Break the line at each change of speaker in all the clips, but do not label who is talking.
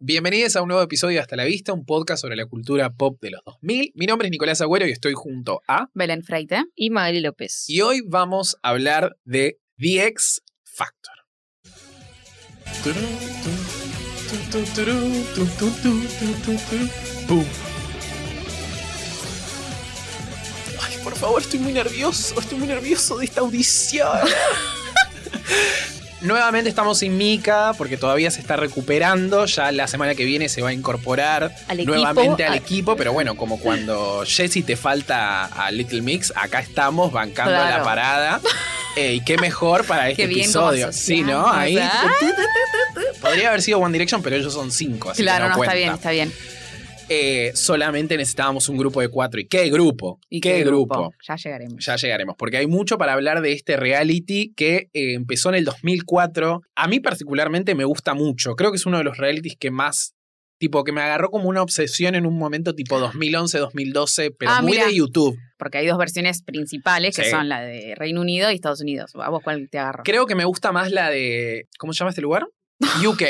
Bienvenidos a un nuevo episodio de Hasta la Vista, un podcast sobre la cultura pop de los 2000. Mi nombre es Nicolás Agüero y estoy junto a...
Belén Freite.
y Magali López.
Y hoy vamos a hablar de The X Factor. Pum. Ay, por favor, estoy muy nervioso, estoy muy nervioso de esta audición. Nuevamente estamos sin Mika porque todavía se está recuperando. Ya la semana que viene se va a incorporar
al
nuevamente al
a-
equipo, pero bueno, como cuando Jesse te falta a Little Mix, acá estamos bancando
Claro.
la parada. Eh, Y qué mejor para este
Qué bien cómo
episodio. Sí, ¿no?
asociamos,
Ahí
¿ah?
podría haber sido One Direction, pero ellos son cinco, así
Claro,
que
no,
no,
está
cuenta.
bien, está bien.
Eh, solamente necesitábamos un grupo de cuatro. ¿Y qué grupo?
¿Y
qué, grupo?
Ya llegaremos.
Ya llegaremos, porque hay mucho para hablar de este reality que eh, empezó en el 2004. A mí particularmente me gusta mucho. Creo que es uno de los realities que más, tipo, que me agarró como una obsesión en un momento tipo 2011, 2012, pero
Ah,
muy
mira.
de YouTube.
Porque hay dos versiones principales que
Sí.
son la de Reino Unido y Estados Unidos. ¿A vos cuál te agarro?
Creo que me gusta más la de, ¿cómo se llama este lugar? UK.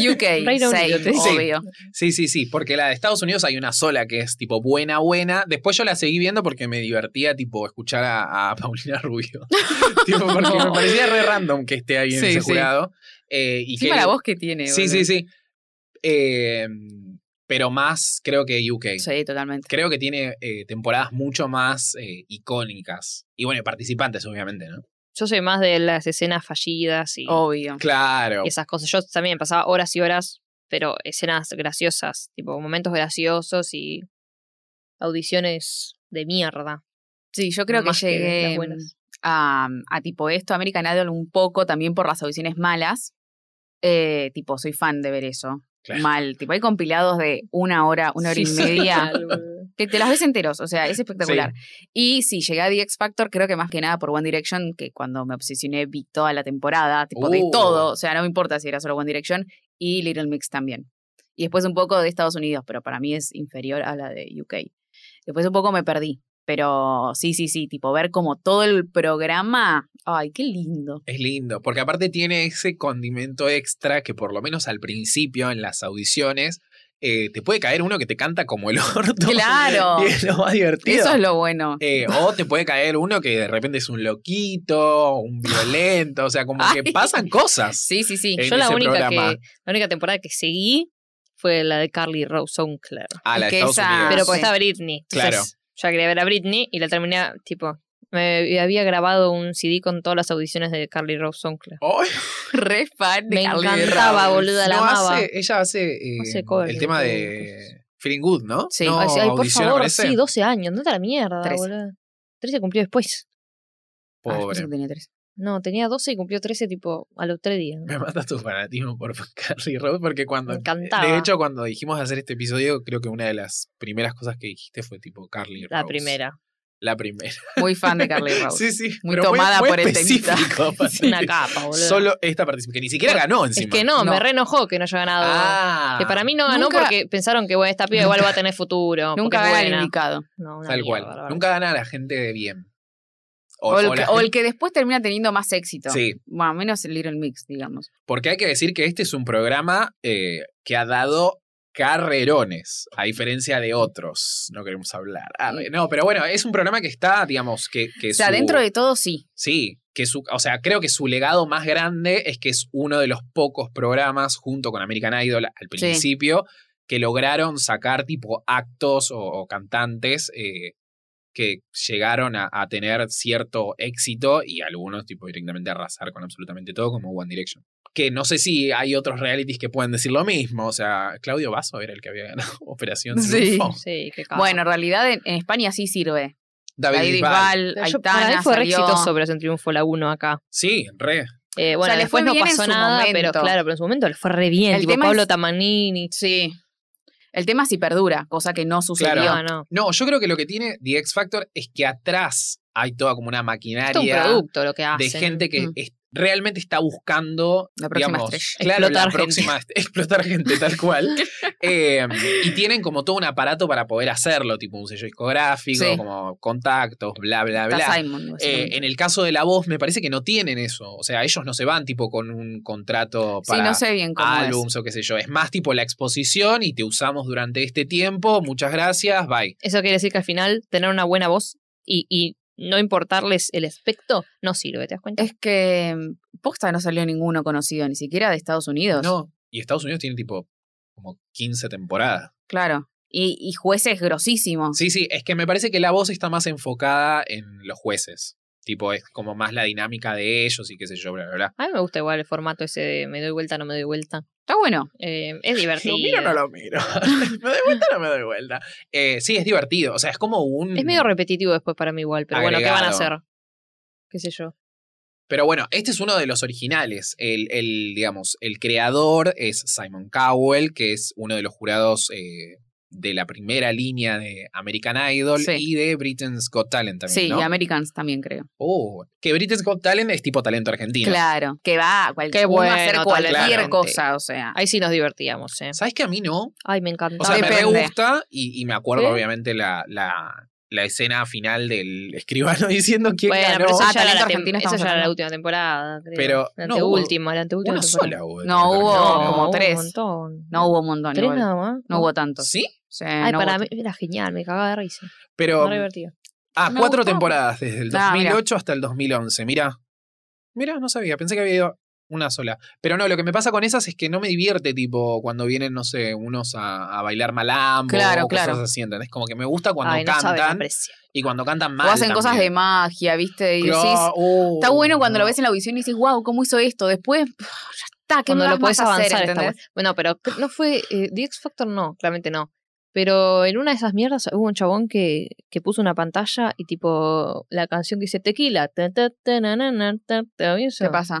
UK,
Reino
same,
Unido, te-
Sí.
obvio.
Sí, sí, sí, porque la de Estados Unidos hay una sola que es tipo buena, buena. Después yo la seguí viendo porque me divertía tipo escuchar a, a Paulina Rubio. tipo, porque me parecía re random que esté ahí en
Sí,
ese
sí.
jurado. Eh, y
Sí,
que-
para vos que tiene.
Sí,
boludo.
sí, sí. Eh, pero más creo que UK.
Sí, totalmente.
Creo que tiene eh, temporadas mucho más eh, icónicas. Y bueno, y participantes, obviamente, ¿no?
Yo soy más de las escenas fallidas y
Obvio.
Claro.
esas cosas. Yo también pasaba horas y horas, pero escenas graciosas, tipo momentos graciosos y audiciones de mierda.
Sí, yo creo que
más las
llegué mm,
buenas.
a, a tipo esto, American Idol un poco también por las audiciones malas. Eh, tipo, soy fan de ver eso.
Claro.
Mal. Tipo, hay compilados de una hora, una hora
Sí,
y
sí,
media.
total, boludo.
que te las ves enteros. O sea, es espectacular. Y sí, llegué a The X Factor, creo que más que nada por One Direction, que cuando me obsesioné vi toda la temporada, tipo de
Uh.
todo. O sea, no me importa si era solo One Direction. Y Little Mix también. Y después un poco de Estados Unidos, pero para mí es inferior a la de UK. Después un poco me perdí. Pero sí, sí, sí, tipo ver como todo el programa. Ay, qué lindo.
Es lindo, porque aparte tiene ese condimento extra que por lo menos al principio en las audiciones eh, te puede caer uno que te canta como el orto.
Claro.
Y es lo más divertido.
Eso es lo bueno.
Eh, o te puede caer uno que de repente es un loquito, un violento, o sea, como que
Ay.
pasan cosas.
Sí, sí, sí.
en
Yo la
ese
única, que,
programa.
la única temporada que seguí fue la de Carly Rose Sinclair.
A Ah, la de
que
Estados
esa-
Unidos.
Pero pues porque
Ah, sí.
estaba Britney.
Claro.
Entonces, ya quería ver a Britney y la terminé, tipo, me había grabado un CD con todas las audiciones de Carly Rose Sinclair.
Ay,
Re fan de
Me
Carly Rae.
encantaba, boluda, la
no
amaba.
hace- ella hace, eh,
Hace covers
el
de
tema
todo,
de
cosas.
Feeling Good, ¿no?
Sí.
No,
Ay, sí, ay, por
audición, me
favor,
parece.
sí, 12 años, no te la mierda,
Trece.
boludo. 13 cumplió después.
Ah, yo
Pobre.
pensé que tenía tres.
No, tenía 12 y cumplió 13 tipo a los 3 días.
Me mata tu fanatismo por Carly Rose porque cuando...
Me encantaba.
De hecho, cuando dijimos de hacer este episodio, creo que una de las primeras cosas que dijiste fue tipo Carly Rose.
la primera.
La primera.
Muy fan de Carly Rose.
Sí, sí.
Muy
pero
tomada
muy
por el
específico,
Es una
aparte.
capa, boludo.
Solo esta participación, que ni siquiera ganó
es
encima.
que no,
No.
me re enojó que no haya ganado.
Ah,
que para mí no ganó
Nunca-
porque pensaron que bueno, esta piba igual va a tener futuro. porque
Nunca
es
gana el
buena.
indicado.
No, una
Tal
mierda,
cual.
la verdad.
Nunca gana la gente de bien.
O, el, que,
la
o el
gente-
que después termina teniendo más éxito.
Sí,
Bueno, menos el Little Mix, digamos.
Porque hay que decir que este es un programa eh, que ha dado carrerones, a diferencia de otros. No queremos hablar. Ah, no, pero bueno, es un programa que está, digamos, que, que
O sea,
su-
dentro de todo sí.
Sí, que su, o sea, creo que su legado más grande es que es uno de los pocos programas, junto con American Idol al principio, que lograron sacar tipo actos o, o cantantes eh, que llegaron a, a tener cierto éxito y algunos tipo directamente arrasar con absolutamente todo, como One Direction. Que no sé si hay otros realities que pueden decir lo mismo. O sea, Claudio Basso era el que había ganado Operación
Sí.
Triunfo.
Sí, qué capa.
Bueno, en realidad en, en España sí sirve.
David
David
Bisbal.
Bisbal,
Pero yo- para
Aitana,
mí fue re
salió.
exitoso pero es un triunfo la 1 acá.
Sí, re.
Eh, bueno,
sea, le
después
fue
no
bien en
pasó
su
nada, pero
momento.
claro, pero en su momento le fue re bien.
El
tipo
tema
Pablo
es-
Tamanini.
Sí. El tema es si perdura, cosa que no sucedió.
Claro.
No, no.
No, yo creo que lo que tiene The X Factor es que atrás hay toda como una
Esto es un
maquinaria
producto lo que
de
hacen.
gente que
Mm.
es- realmente está buscando,
La próxima
digamos,
estrella.
claro,
Explotar
la próxima est- explotar gente tal cual. Eh, y tienen como todo un aparato para poder hacerlo, tipo un sello discográfico,
Sí.
como contactos, bla, bla, bla.
Está Simon.
Eh,
básicamente.
en el caso de la voz, me parece que no tienen eso. O sea, ellos no se van tipo con un contrato para
sí, no sé bien cómo
álbums o qué sé yo. Es más tipo la exposición y te usamos durante este tiempo. Muchas gracias, bye.
Eso quiere decir que al final tener una buena voz y, y no importarles el aspecto no sirve, ¿te das cuenta?
es. Es que mm, posta no salió ninguno conocido, ni siquiera de Estados Unidos.
No. Y Estados Unidos tiene tipo como 15 temporadas.
Claro. Y, y jueces grosísimos.
Sí, sí, es que me parece que la voz está más enfocada en los jueces. Tipo, es como más la dinámica de ellos y qué sé yo, bla, bla, bla.
A mí me gusta igual el formato ese de me doy vuelta, no me doy vuelta.
Está bueno.
Eh, es divertido.
¿Lo miro o no lo miro? ¿Me doy vuelta o no me doy vuelta? Eh, sí, es divertido. O sea, es como un.
Es medio repetitivo después para mí igual, pero bueno, ¿qué van a
Agregado.
hacer? ¿Qué sé yo?
Pero bueno, este es uno de los originales. El, el, digamos, el creador es Simon Cowell, que es uno de los jurados eh, de la primera línea de American Idol
Sí.
y de Britain's Got Talent también,
Sí,
¿no?
y Americans también creo.
Oh, que Britain's Got Talent es tipo talento argentino.
Claro. Que va a cualquier,
Qué
uno a
bueno,
hacer
tal-
cualquier
claramente.
cosa, o sea.
Ahí sí nos divertíamos, ¿eh?
¿Sabes que a mí no?
Ay, me encanta.
O sea, me re
Depende.
gusta y, y me acuerdo
¿Sí?
obviamente la, la, la escena final del escribano diciendo quién
bueno,
ganó.
pero eso
Ah,
ya, era
talento
la, tem-
argentino
esa
estamos
ya era la
hablando.
última temporada. creo.
Pero,
La
no,
anteúltima, la anteúltima.
Una
temporada.
sola hubo. de
No,
talento
hubo
argentino, ¿no?
como
hubo
tres.
Un montón.
No hubo un montón.
tres
igual.
nada más.
No hubo tantos.
¿Sí?
Sí,
Ay,
no
para
hubo
mí era genial, me cagaba de risa.
Pero
Re divertido.
Ah,
Me
cuatro
gustó.
temporadas, desde el
Ah, mira.
2008 hasta el 2011. Mira, mira, no sabía, pensé que había ido una sola. Pero no, lo que me pasa con esas es que no me divierte, tipo, cuando vienen, no sé, unos a, a bailar malambo
Claro,
o cosas
claro.
así, ¿entendés? Como que me gusta cuando
Ay, no saben
cantan
apreciar.
y cuando cantan mal.
O hacen cosas de
también.
magia, ¿viste? Y
Claro,
decís,
oh,
está bueno cuando lo
no.
ves en la audición y dices, wow, ¿cómo hizo esto? Después, pff, ya está, que
Cuando lo
puedes
podés avanzar, está
¿entendés?
bueno. Bueno, pero cre- no fue. eh, The X Factor no, claramente no. Pero en una de esas mierdas hubo un chabón que, que puso una pantalla y tipo la canción que dice tequila. ta, ta, ta, na, na, na, ta, ta, ¿y eso?
¿Qué pasa?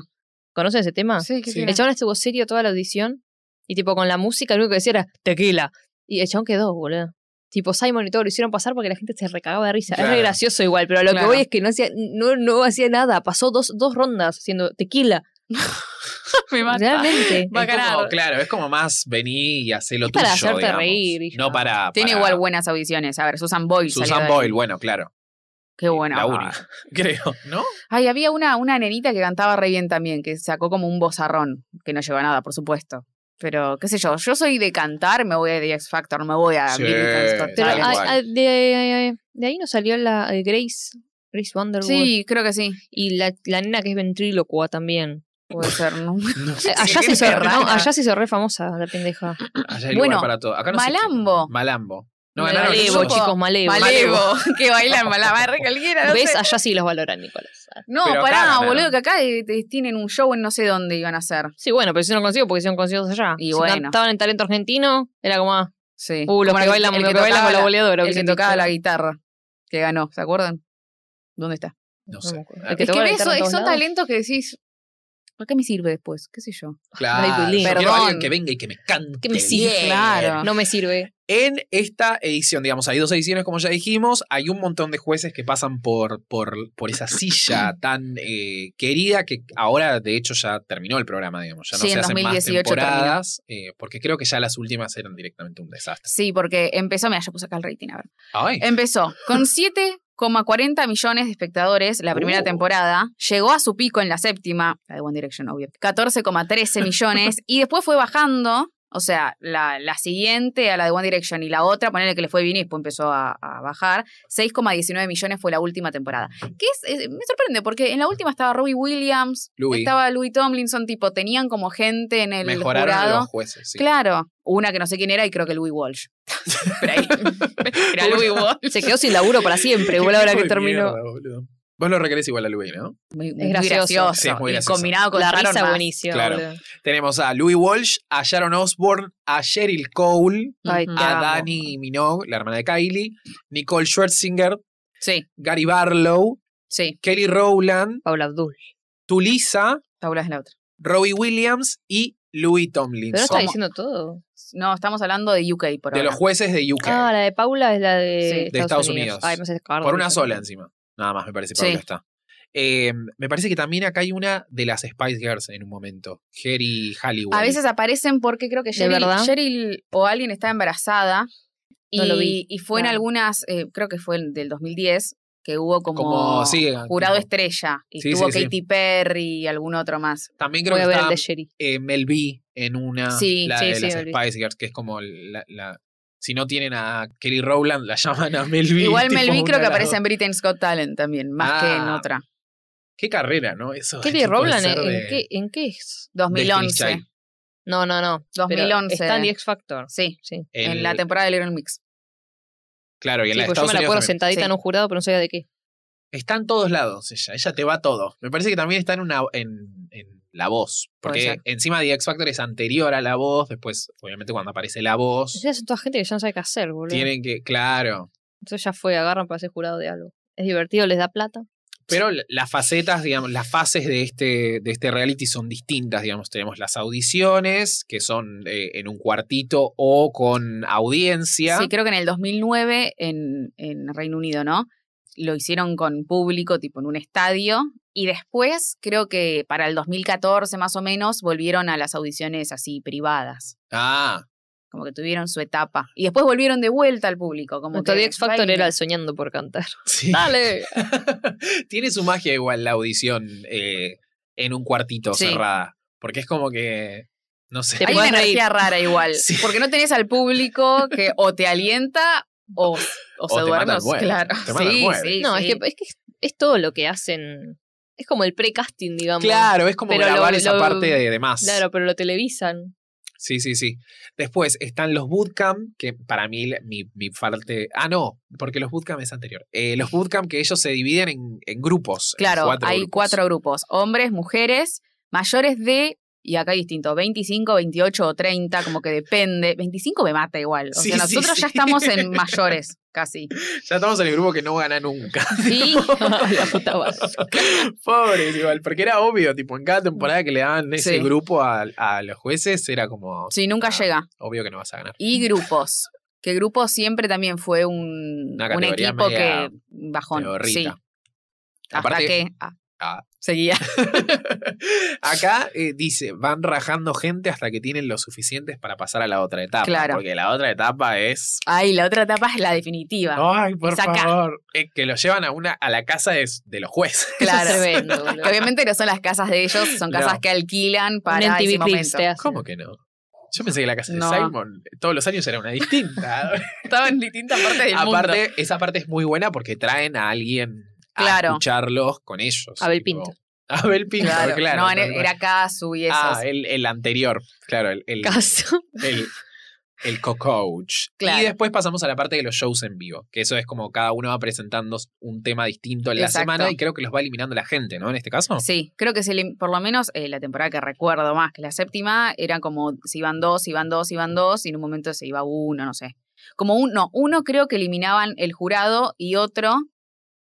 ¿Conocen ese tema?
Sí, ¿qué
Sí.
será?
El chabón estuvo serio toda la audición y tipo con la música lo único que decía era tequila. Y el chabón quedó, boludo. Tipo Simon y todo lo hicieron pasar porque la gente se recagaba de risa. Es
Claro.
re gracioso igual, pero lo
Claro.
que voy es que no hacía, no, no hacía nada. Pasó dos, dos rondas haciendo tequila.
Me mata.
Realmente.
Va a
Es como,
ganar.
claro, es como más vení y hacé lo
Es
tuyo.
para hacerte
digamos.
reír y ya.
No para.
Tiene
para
igual buenas audiciones. A ver, Susan Boyle. salió
Susan
de ahí. ah.
Boyle, bueno, claro.
Qué buena.
La única, creo, ¿no?
Ay, había una, una nenita que cantaba re bien también, que sacó como un bozarrón, que no llegó a nada, por supuesto. Pero, qué sé yo, yo soy de cantar, me voy a The X Factor, me voy a
Sí,
Britain's Got
Tal
Pero
Talent.
a-
cual.
a- de, de ahí nos salió la eh, Grace, Grace Wonderwood.
Sí, creo que sí.
Y la, la nena que es ventrílocua también.
Puede ser, ¿no?
No
Eh,
sé.
Allá se, hizo,
Qué rara.
no, allá se hizo re famosa la pendeja.
Allá hay
Bueno,
lugar para todo. Acá no sé qué-
Malambo.
Malambo. No
Mal-
ganaron
Malevo,
ellos.
grupo.
chicos, malevo.
Malevo, que bailan malabarre cualquiera. No,
¿Ves?
sé.
Allá sí los valoran, Nicolás. Ah,
No,
Pero acá
pará,
ganaron.
boludo, que acá eh, te- tienen un show en no sé dónde iban a hacer.
Sí, bueno, pero si no consigo porque son conocidos allá.
Y
si
bueno.
Estaban en talento argentino, era como, ah,
Sí.
uh, los
Como
que
el-
bailan,
el
los
que
que bailan
tocaba
con la
la-
boleadora.
El que
Vicentito.
tocaba la guitarra, que ganó, ¿se acuerdan? ¿Dónde está?
No
No me
sé.
acuerdo.
Ah,
que
es que
toca la
ves,
guitarra
son,
en todos
son
lados.
talentos que decís, ¿para qué me sirve después? ¿Qué sé yo?
Claro, yo
Perdón.
quiero a alguien que venga y que me cante.
Que me
bien.
sirve.
Claro.
No me sirve.
En esta edición, digamos, hay dos ediciones, como ya dijimos. Hay un montón de jueces que pasan por, por, por esa silla tan eh, querida que ahora, de hecho, ya terminó el programa, digamos. Ya no
Sí,
se
en
hacen
2018
más temporadas, eh, porque creo que ya las últimas eran directamente un desastre.
Sí, porque empezó, mira, yo puse acá el rating, a ver.
Ay,
Empezó con 7,40 millones de espectadores la primera
Uh.
temporada, llegó a su pico en la séptima, la de One Direction, obvio, 14,13 millones, y después fue bajando, o sea, la, la siguiente a la de One Direction y la otra, ponerle que le fue bien y después empezó a, a bajar, 6,19 millones fue la última temporada. Que es, es- me sorprende, porque en la última estaba Robbie Williams,
Louis.
estaba Louis Tomlinson, tipo, tenían como gente en el
mejoraron
jurado.
los jueces. sí.
Claro, una que no sé quién era y creo que Louis Walsh. Pero ahí, era Louis Walsh.
Se quedó sin laburo para siempre, igual ahora que terminó.
Mierda, boludo. Vos lo requerés igual a Louis, ¿no?
Muy, muy
Es gracioso.
Sí, es muy
y
gracioso.
combinado con
La
Sharon
risa
más.
buenísima.
Claro.
boludo.
Tenemos a Louis Walsh, a Sharon Osbourne, a Cheryl Cole,
Ay,
Ujú.
te
a
amo.
Dani Minogue, la hermana de Kylie, Nicole Scherzinger,
Sí,
Gary Barlow,
sí.
Kelly Rowland,
Paula Abdul.
Tulisa,
Paula es la otra.
Robbie Williams y Louis
Pero no
Tomlinson.
está diciendo todo.
No, estamos hablando de UK por
de
ahora.
los jueces de UK.
Ah, la de Paula es la de,
Sí. De
Estados,
Estados
Unidos.
Unidos.
Ay, me hace cagar de
por una
risa.
sola encima. Nada más me parece
Sí.
Pablo está. Eh, me parece que también acá hay una de las Spice Girls en un momento. Jerry Halliwell.
A veces aparecen porque creo que Cheryl,
verdad?
Cheryl o alguien está embarazada. Y,
No lo vi.
y fue en
Claro.
algunas, eh, creo que fue en- del 2010, que hubo como,
Como- sí, eh,
jurado
como-
estrella. Y
Sí,
estuvo
sí, sí.
Katy Perry y algún otro más.
También creo
Voy
que
a ver
está
el de Sherry.
eh, Mel B en una
Sí,
la
sí,
de
sí,
las
Mel B.
Spice Girls, que es como la, la- si no tienen a Kelly Rowland, la llaman a Mel B.
Igual Mel
tipo
B
una
creo
de
que
las
aparece
dos.
en Britain's Got Talent también, más que en
Ah,
otra.
Qué carrera, ¿no? Eso,
Kelly
¿qué puede
Rowland,
ser
¿en,
de-
en qué, ¿en qué es?
2011.
No, no, no. pero
2011.
Está en The X Factor.
Sí,
Sí.
el-
en la temporada de Little Mix.
Claro, y en
Sí,
la de
porque yo
Estados
me la
Unidos
acuerdo
también.
sentadita
Sí.
en un jurado, pero no sabía de qué.
Está en todos lados ella, ella te va a todo. Me parece que también está en una en, en la voz,
Oh,
Puede
porque
ser.
encima The X Factor es anterior a la voz, después obviamente cuando aparece la voz
Ya son toda gente que ya no sabe qué hacer, boludo.
tienen que claro,
Entonces ya fue, agarran para ser jurado de algo. Es divertido, les da plata.
Pero la- las facetas, digamos, las fases de este, de este reality son distintas, digamos. Tenemos las audiciones, que son eh, en un cuartito o con audiencia.
Sí, creo que en el 2009 en, en Reino Unido, ¿no? Lo hicieron con público, tipo en un estadio. Y después, creo que para el 2014 más o menos, volvieron a las audiciones así privadas.
Ah,
Como que tuvieron su etapa. Y después volvieron de vuelta al público. Como
Entonces
que
The X Factor
bailen.
era el soñando por cantar.
sí.
¡Dale!
Tiene su magia igual la audición eh, en un cuartito
Sí.
cerrada. Porque es como que, no sé.
Te
Hay una
podés reír.
energía rara igual.
Sí.
Porque no tenés al público que o te alienta o, o se
te mata
duerme.
al
o-
muerto,
Claro.
te mata al
Sí,
muerto.
sí,
No,
sí.
es que, es que es, es todo lo que hacen. Es como el pre-casting, digamos.
Claro, es como
Pero lo-
grabar esa
lo-
parte de, de más.
Claro, pero lo televisan.
Sí, sí, sí. Después están los bootcamp, que para mí la- mi, mi parte... Ah, no, porque los bootcamp es anterior. Eh, los bootcamp que ellos se dividen en, en grupos. en
Claro, hay
grupos.
cuatro grupos: hombres, mujeres, mayores de. Y acá hay distinto, 25, 28 o 30, como que depende. 25 me mata igual. O
Sí,
sea,
sí,
nosotros ya
sí.
estamos en mayores, casi.
Ya estamos en el grupo que no gana nunca.
Y
la puta madre.
Pobres, igual, porque era obvio, tipo, en cada temporada que le daban ese
Sí.
grupo a, a los jueces, era como,
sí, nunca
Ah.
llega.
obvio que no vas a ganar.
Y grupos. Que grupos siempre también fue un,
Una
un
categoría
equipo
media
que bajón. Sí,
Pedorrita.
hasta
Aparte-
que ah,
Ah.
seguía.
Acá eh, dice, van rajando gente hasta que tienen lo suficientes para pasar a la otra etapa.
Claro.
Porque la otra etapa es
Ay, la otra etapa es la definitiva.
Ay, por
Es acá.
favor. Eh, que lo llevan a una a la casa de, de los jueces.
Claro.
Es tremendo, boludo.
Que obviamente no son las casas de ellos, son casas
No.
que alquilan
Un
para ese
MTV Cribs
momento.
te hacen.
¿Cómo que no? Yo pensé que la casa de
No.
Simon todos los años era una distinta.
Estaban en distintas partes del mundo.
Aparte, esa parte es muy buena porque traen a alguien a
Claro.
escucharlos con ellos.
Abel
tipo.
Pinto.
Abel Pinto, claro.
Claro, no,
tal
era,
cual.
era Casu y esos.
ah, el, el anterior, claro, el, el,
Caso.
el, el co-coach.
Claro.
Y después pasamos a la parte de los shows en vivo, que eso es como cada uno va presentando un tema distinto en la
Exacto.
semana y creo que los va eliminando la gente, ¿no? En este caso.
Sí, creo que se elim- por lo menos eh, la temporada que recuerdo más, que la séptima, era como se iban dos, se iban dos, se iban dos, y en un momento se iba uno, no sé. Como uno, no, uno creo que eliminaban el jurado y otro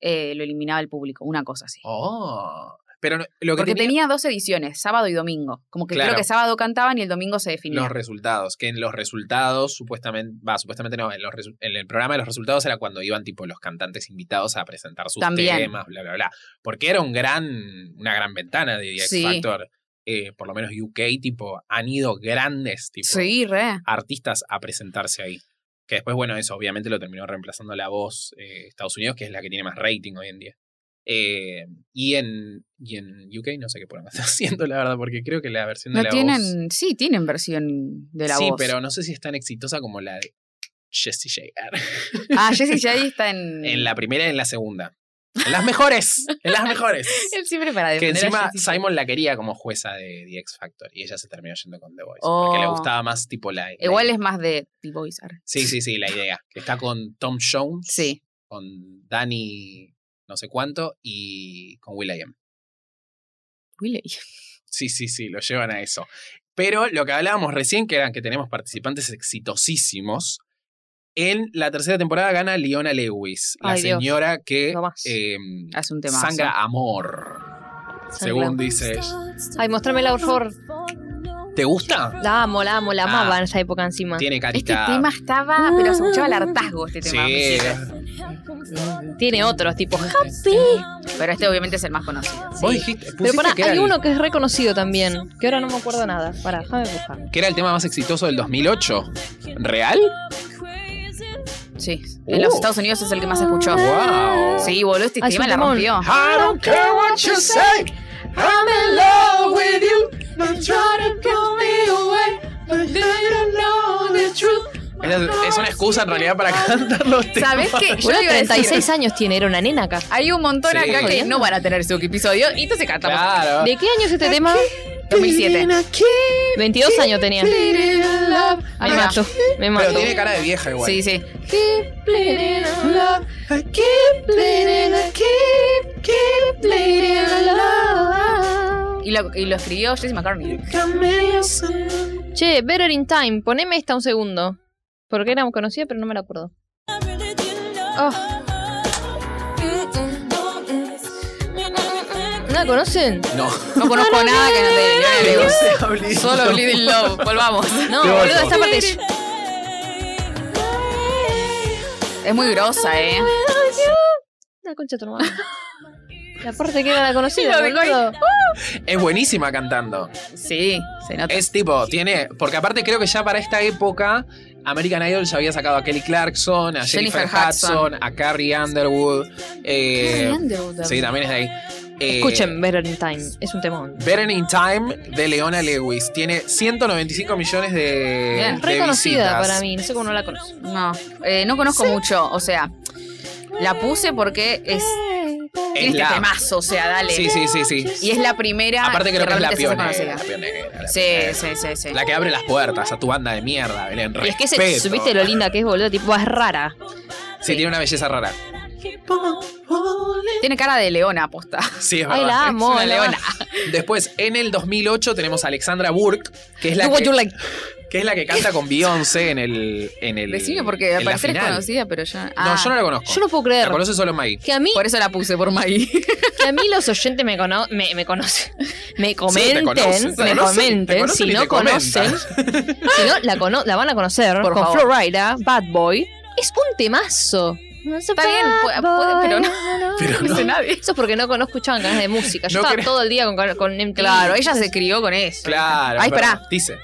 eh, lo eliminaba el público, una cosa así.
Oh. Pero no- lo que
Porque
tenía-
tenía dos ediciones, sábado y domingo. Como que
Claro.
creo que sábado cantaban y el domingo se definía.
los resultados, que en los resultados supuestamente, va, supuestamente no, en, los resu- en el programa de los resultados era cuando iban tipo los cantantes invitados a presentar sus
También.
temas, bla, bla, bla. Porque era un gran, una gran ventana de X
Sí.
Factor. Eh, por lo menos UK, tipo, han ido grandes, tipo,
Sí, re.
artistas a presentarse ahí. Que después, bueno, eso obviamente lo terminó reemplazando la voz eh, Estados Unidos, que es la que tiene más rating hoy en día. Eh, y, en, y en UK no sé qué pueden estar haciendo, la verdad, porque creo que la versión de
No
la
tienen,
voz...
sí, tienen versión de la
sí,
voz.
pero no sé si es tan exitosa como la de Jessie J.
Ah, Jesse J está en.
en la primera y en la segunda. En las mejores, en las mejores.
Él siempre para
Que
defender a
encima
Jessie J.
Simon la quería como jueza de The X Factor y ella se terminó yendo con The Voice. Porque le
Oh.
gustaba más tipo la... la
Igual
idea.
es más de T-Boys. arre.
Sí, sí, sí, la idea. Que está con Tom Jones,
Sí.
con Danny no sé cuánto y con Will.i.am.
Willy.
Sí, sí, sí, lo llevan a eso. Pero lo que hablábamos recién, que eran que tenemos participantes exitosísimos. En la tercera temporada gana Leona Lewis, la
Ay, Dios.
señora que
Lo más.
eh,
Hace un tema.
sangra amor, según dice ella.
Ay, mostrámela, por favor.
¿Te gusta?
La amo, la amo, la
Ah.
amaba en esa época encima.
Tiene
Este
carita.
tema estaba, pero se escuchaba el hartazgo este tema.
sí.
Tiene otros, tipo Happy.
Pero este obviamente es el más conocido.
Vos
Sí.
dijiste,
Pero
pusiste
pará,
que, era
hay
el,
uno que es reconocido también, que ahora no me acuerdo nada. Pará, déjame buscar.
que era el tema más exitoso del 2008. ¿Real?
Sí. En los
Oh.
Estados Unidos es el que más se escuchó.
Wow.
Sí, boludo, este
Ah, es
tema
un
la
temón.
rompió.
I don't care what you say. I'm in love with you. Don't try to pull me away. But you don't know the truth. Es, es una excusa en realidad para cantar los temas.
¿Sabés qué? Yo
Boludo,
iba a decir,
36 años tiene, era una nena acá.
Hay un montón
Sí.
acá que no van a tener su episodio y entonces cantamos.
Claro.
¿De qué año es este tema?
2007.
22 años tenía. Me
Ahí va.
mato, me
Pero
mato.
tiene cara de vieja igual.
Sí, sí. Y lo, y lo escribió Jesse McCartney.
Che, Better in Time, poneme esta un segundo. Porque era conocida, pero no me la acuerdo. Oh. ¿No la conocen?
No.
No conozco nada que no te- no le guste. Solo
Solo
Bleed in Love. Volvamos.
No,
Qué
boludo,
oso.
esta parte es-
Es muy grosa, ¿eh?
La concha de tu hermano. La parte que era la conocida,
Lo dejó ahí.
boludo.
Es buenísima cantando.
Sí, se nota.
Es tipo, tiene. Porque aparte creo que ya para esta época. American Idol ya había sacado a Kelly Clarkson, a Jennifer,
Jennifer
Hudson, a Carrie Underwood. eh, sí, también es de ahí. Eh,
Escuchen, Better in Time, es un temón.
Better in Time de Leona Lewis. Tiene 195 millones de.
Bien,
de
Reconocida
visitas.
para mí, no sé cómo no la conozco.
No, eh, no conozco mucho. O sea, la puse porque
Es
es, tiene
la-
este temazo. O sea, dale.
Sí, sí, sí, sí.
Y es la primera.
Aparte creo que es la
realmente se hace
pionera. La
conocida.
pionera, la
Sí,
pionera.
sí, sí, sí.
La que abre las puertas a tu banda de mierda, Belén.
Y es que se,
Respeto.
subiste lo linda que es, boludo, tipo, es rara.
Sí, tiene una belleza rara.
Tiene cara de leona aposta.
Sí, es
Ay,
verdad.
la amo,
Es una
la
leona. Después, en el 2008 tenemos a Alexandra Burke, que es la
Do what you
que,
like.
que es la que canta con Beyoncé en el en el
Decime porque
en
al
la
parecer es
final.
conocida, pero yo.
No,
Ah,
yo no la conozco.
Yo no puedo
la
creer
conoce solo Maggie.
que a mí,
Por eso la puse por Maggie.
que a mí los oyentes me, cono me, me conocen, me comenten,
conocen, te
me
conocen, te
comenten,
conocen
si
y
no
te comentan.
conocen, si no la, cono- la van a conocer
Por
con
favor.
Florida, Bad Boy, es un temazo.
Está bien, pu- puede- pero no.
Pero
No
no.
dice nadie.
Eso es porque no conozco, escuchaban canales de música. Yo
No
estaba
cre-
todo el día con, con MTV.
Claro, ella se crió con eso.
Claro.
Ay,
es verdad.
pará.
Dice.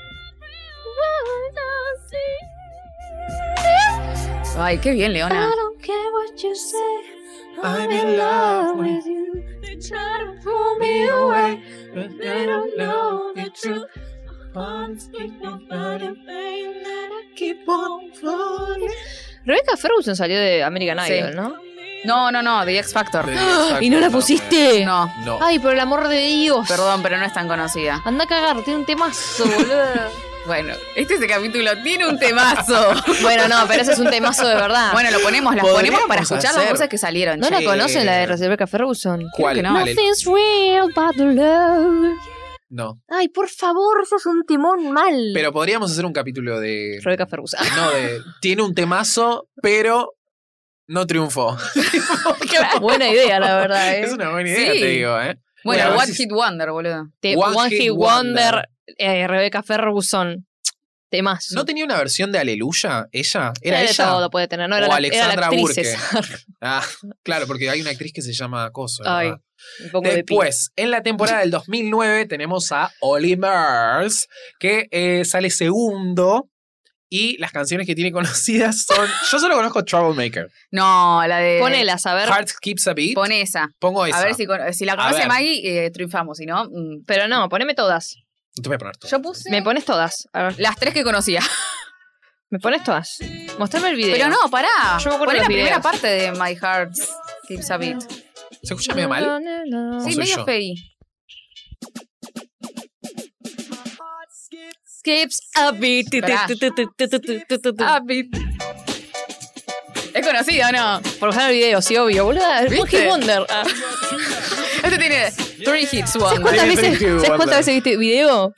Ay, qué bien, Leona.
I'm in love with
Rebecca Ferguson salió de American
Sí.
Idol, ¿no?
No, no, no, The X Factor.
Y no la pusiste.
No,
No.
Ay, por el amor de Dios.
perdón, pero no es tan conocida.
Anda a cagar, tiene un temazo, boludo.
Bueno, este es el capítulo, tiene un temazo.
bueno, no, pero ese es un temazo de verdad.
Bueno, lo ponemos, las
Ah. Podríamos
ponemos para escuchar las
hacer.
cosas que salieron.
¿No
che.
la
Sí.
conocen la de Rebecca Ferguson?
¿Cuál?
que no.
Vale,
Nothing's real but the love.
no.
Ay, por favor, sos un timón mal.
Pero podríamos hacer un capítulo de
Rebecca Ferguson.
no de tiene un temazo, pero no triunfó.
Buena idea, la verdad, eh.
Es una buena idea,
Sí.
te digo, ¿eh?
Bueno,
Bueno,
What
sí.
Hit Wonder, boludo.
Te-
One
One,
Hit
Hit
Wonder.
Wonder, eh, Rebecca Ferguson. Temazo.
¿No tenía una versión de Aleluya? ¿Ella? ¿Era
Tiene
ella?
todo lo puede tener, no era
o
la, era la
Alexandra
actriz
Burke.
esa.
Ah, claro, porque hay una actriz que se llama Coso.
Ay,
¿verdad?
Un poco de pi.
Después, en la temporada del 2009 tenemos a Oli Murs, que eh, sale segundo. Y las canciones que tiene conocidas son. Yo solo conozco Troublemaker.
No, la de.
Ponela, a saber,
Heart Keeps a Beat.
Pon esa.
Pongo esa.
A ver si, cono- si la
A
conoce
ver.
Maggie, eh, triunfamos. Si no, mm.
pero no, poneme todas.
Te voy a poner todo.
yo puse
Me pones todas. A ver,
las tres que conocía.
me pones todas. Mostrame el video.
Pero no, pará.
Yo me acuerdo
Poné
de
la
los
primera
videos.
parte de My Heart Keeps a Beat.
¿Se escucha medio mal?
Sí,
soy
medio
yo?
fei.
Skips a beat.
Pará.
Tu, tu, tu, tu, tu, tu, tu, tu, tu.
Ah, beat. ¿Es conocido o no?
Por bajar el video, sí, obvio, boludo.
¿Viste?
Monkey Wonder. Ah.
Este tiene Three Hits Wonder.
¿Cuántas
Sí,
veces,
Detective
¿Sabes cuántas
Wonder.
veces viste video?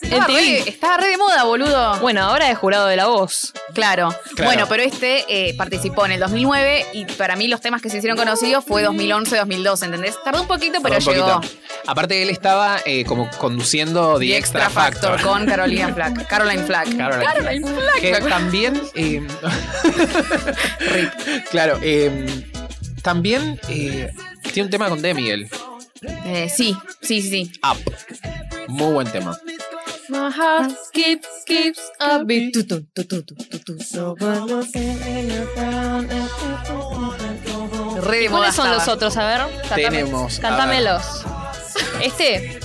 En
Estaba re,
TV.
estaba re de moda, boludo.
Bueno, ahora es jurado de la voz.
Claro.
Claro.
Bueno, pero este eh, participó en el 2009 y para mí los temas que se hicieron conocidos fue 2011-2012, ¿entendés? Tardó un poquito, pero
Perdón,
llegó.
poquito. Aparte, él estaba eh, como conduciendo The,
The
Extra, Factor.
con Carolina Flack. Caroline Flack.
Caroline
Flack.
Que también. eh, claro. eh, también eh, tiene un tema con Demi, el
Eh, sí, sí, sí, sí.
Up. Muy buen tema.
My heart skips, skips a beat. Tu, tu, tu, tu, tu, tu, tu.
Re de moda
Eh, ¿Cuáles son
estaba.
los otros? A ver, cantame-
Tenemos, a
Cantámelos. Este,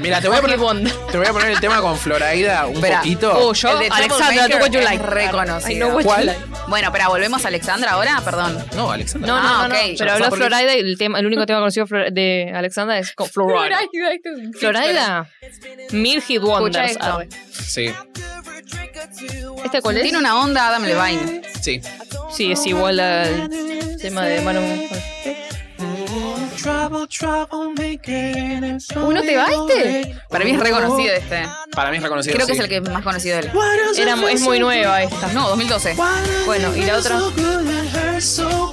Mira, te voy a poner,
Bond.
te voy a poner el tema con Floraida un
Espera. Uh,
poquito.
Oh, yo,
El de
Alexandra,
Troublemaker
do what you
es
like.
reconocido.
I know what you
¿Cuál?
like.
Bueno, pero volvemos a Alexandra ahora, perdón.
No, Alexandra.
No, no,
Ah,
no,
ok.
no, Pero habló
Porque-
Floraida y el, tema, el único tema conocido Flor- de Alexandra es con Floraida. Floraida, Mil Hit
Escucha
Wonders.
esto.
Sí,
Ah, ¿Este cuál es?
Tiene una onda Adam Levine.
sí.
Sí, es igual al tema de Manu.
Uy, ¿no te va este? Para mí es reconocido este.
Para mí es reconocido.
Creo que es
sí.
el que es más conocido de él.
Era, mu- es muy nueva esta.
No, 2012.
Bueno, ¿y la otra?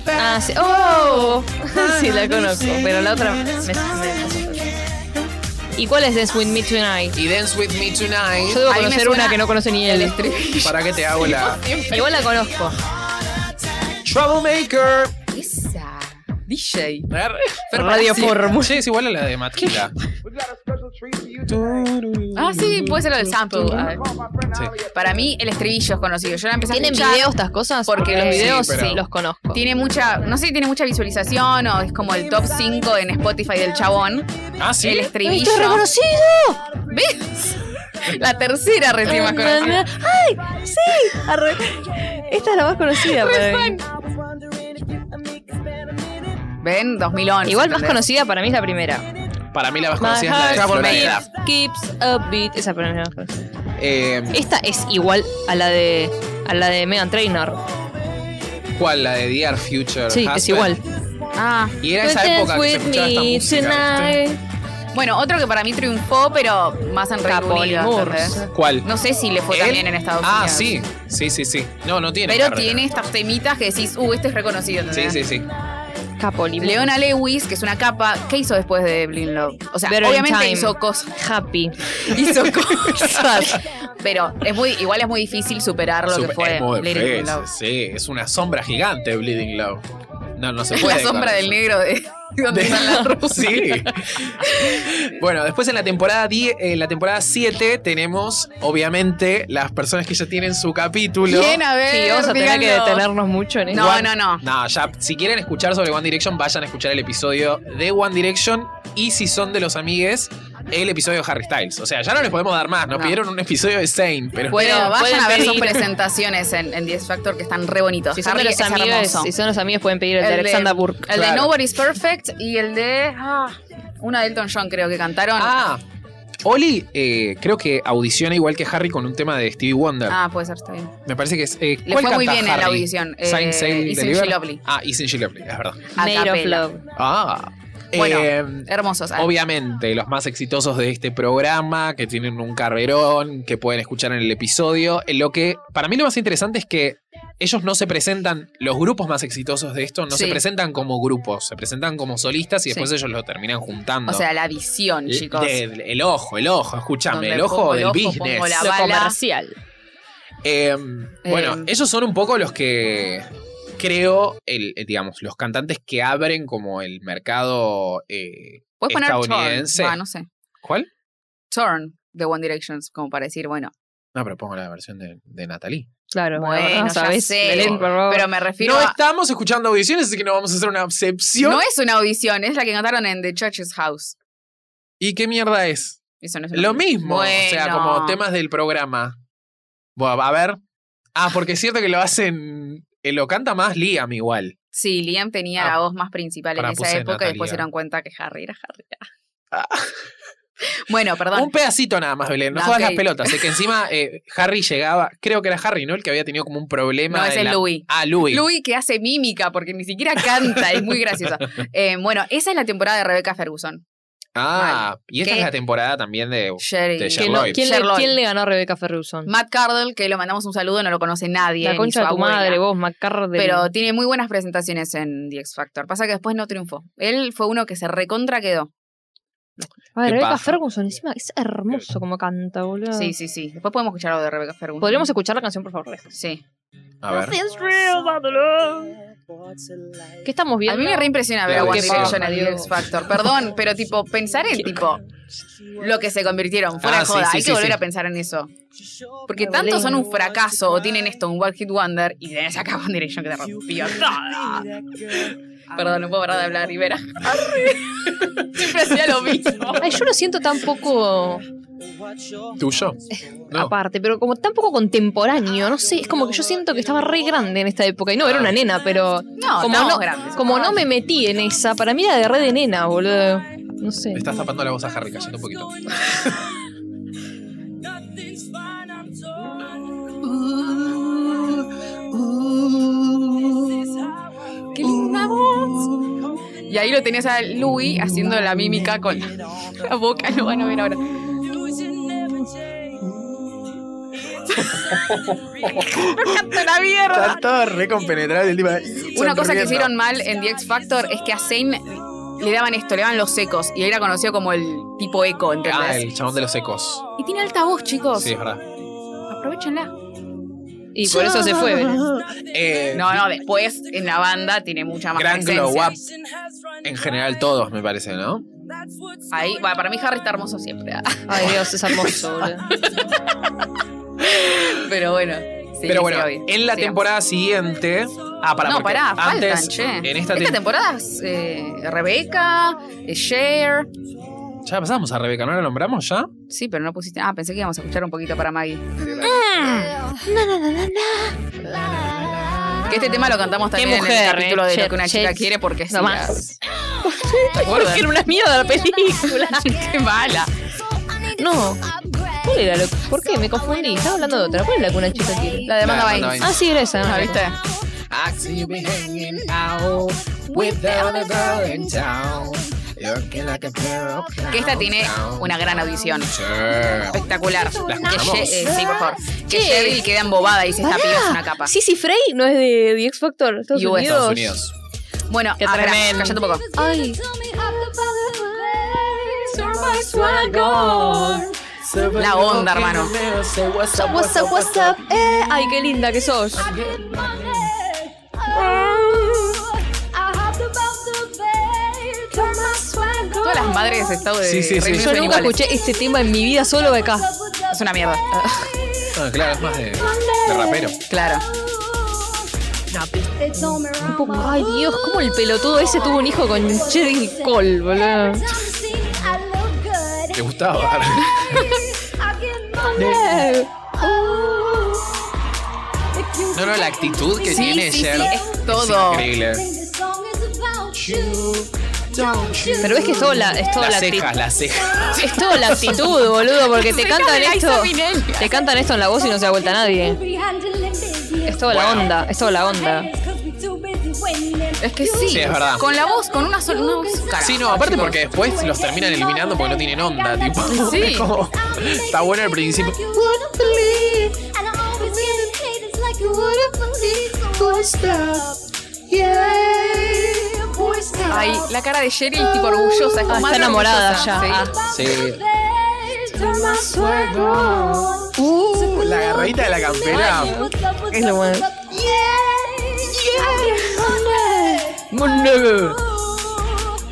Ah, sí. ¡Oh! sí, la conozco, pero la otra me, me- ¿Y cuál es Dance With Me Tonight?
Y Dance With Me
Yo
Tonight.
debo
A mí me
conocer
suena
una que no conoce ni él.
¿Para qué te hago la
Igual la conozco.
Troublemaker?
Esa. DJ.
Radio Fórmula.
Sí, es igual a la de Matquita.
Ah,
Mm,
sí, puede ser lo del sample. A ver.
Sí.
Para mí el estribillo es conocido. Yo la empecé a
¿Tienen
escuchar.
video estas cosas?
Porque-
los videos
Sí, pero-
sí, los conozco.
Tiene mucha, no sé si tiene mucha visualización o es como el top 5 en Spotify del chabón.
Ah, sí.
El
¡Ay,
estribillo.
esto es reconocido!
¿Ves? La tercera recién más conocida.
¡Ay! ¡Sí! Arre- Esta es la más conocida. para mí.
Ven, 2011.
Igual más
¿entendés?
conocida para mí es la primera.
Para mí la más
My
conocida es la de
heart
Floraida.
keeps, keeps a beat. Esa para mí es la más conocida.
Eh,
Esta es igual a la de a la de Megan Trainor.
¿Cuál? La de Dear Future.
Sí,
Husband.
es igual.
Ah,
Y era esa época que se escuchaba esta música. ¿viste?
bueno, otro que para mí triunfó, pero más en Reino
Capone
Unido,
Moore.
¿entendés?
¿Cuál?
No sé si le fue
¿Él?
también en Estados Unidos.
Ah, sí. Sí, sí, sí. No, no tiene.
Pero
carrera.
tiene estas temitas que decís, uh, este es reconocido.
Sí,
¿entendés?
sí, sí.
Capoli.
Leona Lewis, que es una capa, ¿qué hizo después de Blind Love? O sea,
Better in
obviamente
Time.
hizo cosas.
Happy.
Hizo cosas. pero es muy, igual es muy difícil superar lo que
Super-
fue
es muy
Blind
feo,
Love.
Sí, es una sombra gigante Bleeding Love. No, no se
Es
puede.
la sombra
con
del
eso.
negro de donde
De-
están las rusas.
Sí. bueno, después en la temporada 10, en la temporada 7 tenemos obviamente las personas que ya tienen su capítulo.
Bien, a ver.
Sí, vamos a tener que
díganlo.
detenernos mucho en esto.
Eh, No, no, no.
No, ya si quieren escuchar sobre One Direction, vayan a escuchar el episodio de One Direction y si son de los amigues, el episodio de Harry Styles. O sea, ya no les podemos dar más, nos
No.
pidieron un episodio de Zane, pero
Pero
Pueden-
vayan
pueden
a ver sus
pedir.
presentaciones en, en 10 Factor que están re bonitos.
Si son,
Harry
de
es
los amigos,
hermoso.
si son los amigos pueden pedir el, de
El de-
Alexandra Burke.
El de
Claro.
Nobody's Perfect y el de. ah, una de Elton John, creo que cantaron.
Ah, Oli eh, creo que audiciona igual que Harry con un tema de Stevie Wonder.
Ah, puede ser, está bien.
Me parece que es. eh,
Le
¿cuál
fue muy
canta
bien en la
Harry?
audición. Eh,
Sign, Sail,
Isn't She
Deliver.
Lovely?
Ah, Isn't She Lovely, es verdad.
A
Made of
capela.
Love.
Ah.
Bueno,
Em,
Hermosos. ah.
Obviamente, los más exitosos de este programa, que tienen un carrerón, que pueden escuchar en el episodio. Eh, Lo que para mí lo más interesante es que ellos no se presentan, los grupos más exitosos de esto no
Sí.
se presentan como grupos, se presentan como solistas y después ellos lo terminan juntando.
O sea, la visión,
L-
chicos.
del- el ojo, el ojo, escúchame,
Donde
el ojo
pongo el
del
ojo,
business.
pongo la
Lo
bala.
comercial.
Eh, bueno,
Eh.
ellos son un poco los que creo, el, eh, digamos, los cantantes que abren como el mercado. eh,
Puedes poner
estadounidense.
Torn. Ah, no sé.
¿Cuál?
Torn de One Direction, como para decir, bueno.
No, pero pongo la versión de, de Natalie.
Claro,
Bueno, ya
¿sabes?
sé.
Belén, por favor.
Pero me refiero
No
a.
estamos escuchando audiciones, así que no vamos a hacer una excepción.
No es una audición, es la que cantaron en The Church's House.
¿Y qué mierda es?
Eso no es una
Lo
audición.
mismo, o sea,
Bueno.
como temas del programa. Bueno, a ver. Ah, porque es cierto que lo hacen. eh, lo canta más Liam igual.
Sí, Liam tenía
Ah,
la voz más principal en
pará,
esa
puse
época y después se
Natalia.
dieron cuenta que Harry era Harry. Bueno, perdón.
Un pedacito nada más, Belén. No,
No,
jodas
ok.
las pelotas. Es que encima eh, Harry llegaba, creo que era Harry, ¿no? El que había tenido como un problema.
No, es
en
el
la-
Louis.
Ah, Louis.
Louis que hace mímica porque ni siquiera canta, es muy graciosa. Eh, bueno, esa es la temporada de Rebecca Ferguson.
Ah, y esta
¿Qué?
es la temporada también de.
Sherry.
De Sherlock.
Que no-
Lloyd.
¿quién, le,
Sherlock.
quién le ganó a Rebeca Ferguson?
Matt Cardle, que lo mandamos un saludo, no lo conoce nadie.
la
ni
concha
su
de tu
abuela.
madre, vos, Macarra de.
Pero tiene muy buenas presentaciones en The X Factor. Pasa que después no triunfó. Él fue uno que se recontra quedó.
Ay,
Qué
Rebeca
paja.
Ferguson, encima es hermoso como canta, boludo.
Sí, sí, sí. Después podemos escuchar algo de Rebecca Ferguson.
Ah. ¿Podríamos escuchar la canción, por favor?
Sí.
A ver.
¿Qué estamos viendo?
A mí me reimpresiona ver a
Claro,
One
qué
Direction
paja,
en The
Dios.
X Factor. Perdón, pero tipo, pensar en tipo lo que se convirtieron. Fuera
Ah,
de
sí,
joda.
sí,
Hay
sí,
que volver
sí.
a pensar en eso. Porque
Qué
tantos son un
lindo.
fracaso o tienen esto, un One Hit Wonder, y tenés acá One Direction que te rompió todo. Perdón, no puedo parar de hablar, Rivera. Siempre hacía lo mismo.
Ay, yo lo siento tan poco
¿Tuyo? No.
aparte, pero como tan poco contemporáneo, no sé, es como que yo siento que estaba re grande en esta época. Y no, era una nena, pero
No,
como,
estamos
no,
grandes.
como no me metí en esa, para mí era de re de nena, boludo. No sé.
Le estás tapando la voz a Harry, cayendo un poquito.
Qué linda voz. Y ahí lo tenías a Louis haciendo la mímica con la, la boca, lo van a ver ahora. Me encanta la mierda.
todo recompenetrado el tema.
Una cosa que hicieron mal en The X Factor es que a Zane le daban esto, le daban los secos. Y él era conocido como el tipo eco, ¿entendés?
Ah, el chabón de los ecos.
Y tiene alta voz, chicos.
Sí, es verdad.
Aprovechenla.
Y por eso se fue. Belén.
Eh,
No, no, después en la banda tiene mucha más
Gran
presencia.
glow up. En general, todos, me parece, ¿no?
Ahí, bueno, para mí Harry está hermoso siempre. ah.
Ay, Dios, es hermoso, boludo.
Pero bueno. sí,
Pero bueno,
sí, obvio.
en la
Sigamos.
temporada siguiente. Ah, para
no,
porque
pará,
antes,
faltan, che.
En esta,
esta
tem-
temporada es eh, Rebeca, es Cher.
Ya pasamos a Rebeca, ¿no la nombramos ya?
Sí, pero no pusiste. Ah, pensé que íbamos a escuchar un poquito para Maggie.
Mm.
Que este tema lo cantamos
Qué
también en el
mujer,
capítulo de
eh,
lo que una
Cher,
chica
Cher.
quiere porque sí,
No
la-
más.
Boluda.
Porque era una mierda la película.
Qué mala.
No. ¿Cuál era lo- ¿Por qué? Me confundí. Estaba hablando de otra. ¿Cuál es la que una chica quiere?
La demanda
La
va
demanda
ahí.
va
Ah, sí, era esa.
Ah, ¿Viste?
I see you be hanging out with the other girl in town. Looking like a girl.
Que esta tiene una gran audición.
Sí.
Espectacular.
¿La
Que
escuchamos?
Ye- eh, sí, por favor. Que
Che.
Cheryl queda embobada y dice: Esta
Pará.
piba es una capa.
Sissy Frey no es de The X Factor. Estados
US.
Unidos.
Estados Unidos.
Bueno,
Qué
pará,
tremendo.
callate un poco.
Ay.
La onda, hermano.
What's up, what's up? Eh, ay, qué linda que sos.
Todas las madres de estado de
Sí, sí, sí.
Reino
Yo
Yo
son
nunca
iguales.
escuché este tema en mi vida solo de acá.
Es una mierda.
Ah, claro, es más de, de rapero.
Claro.
Un poco- Ay, Dios, cómo el pelotudo ese tuvo un hijo con Jerry Cole, boludo.
Te gustaba.
Eh,
No, no, la actitud que
Sí,
tiene
sí, sí,
Cher
es todo.
increíble.
Pero ves que es toda la, es toda
Las
la
cejas,
actitud.
las cejas.
Es toda la actitud, boludo, porque te
Cerca de
cantan
la
esto.
Isa Minelli.
Te cantan esto en la voz y no se da vuelta a nadie. Es toda la onda, es toda la onda.
Es que sí.
Sí, es verdad.
Con la voz, con una sola una voz. carajo,
Sí, no, aparte
chicos.
porque después los terminan eliminando porque no tienen onda, tipo.
Sí.
Es como- está bueno al principio.
Ay, la cara de Sherry es tipo orgullosa. Es
Ah,
como
está enamorada ya.
orgullosa, sí.
Ah.
Sí. Uh, la garradita de la campera.
Es lo bueno.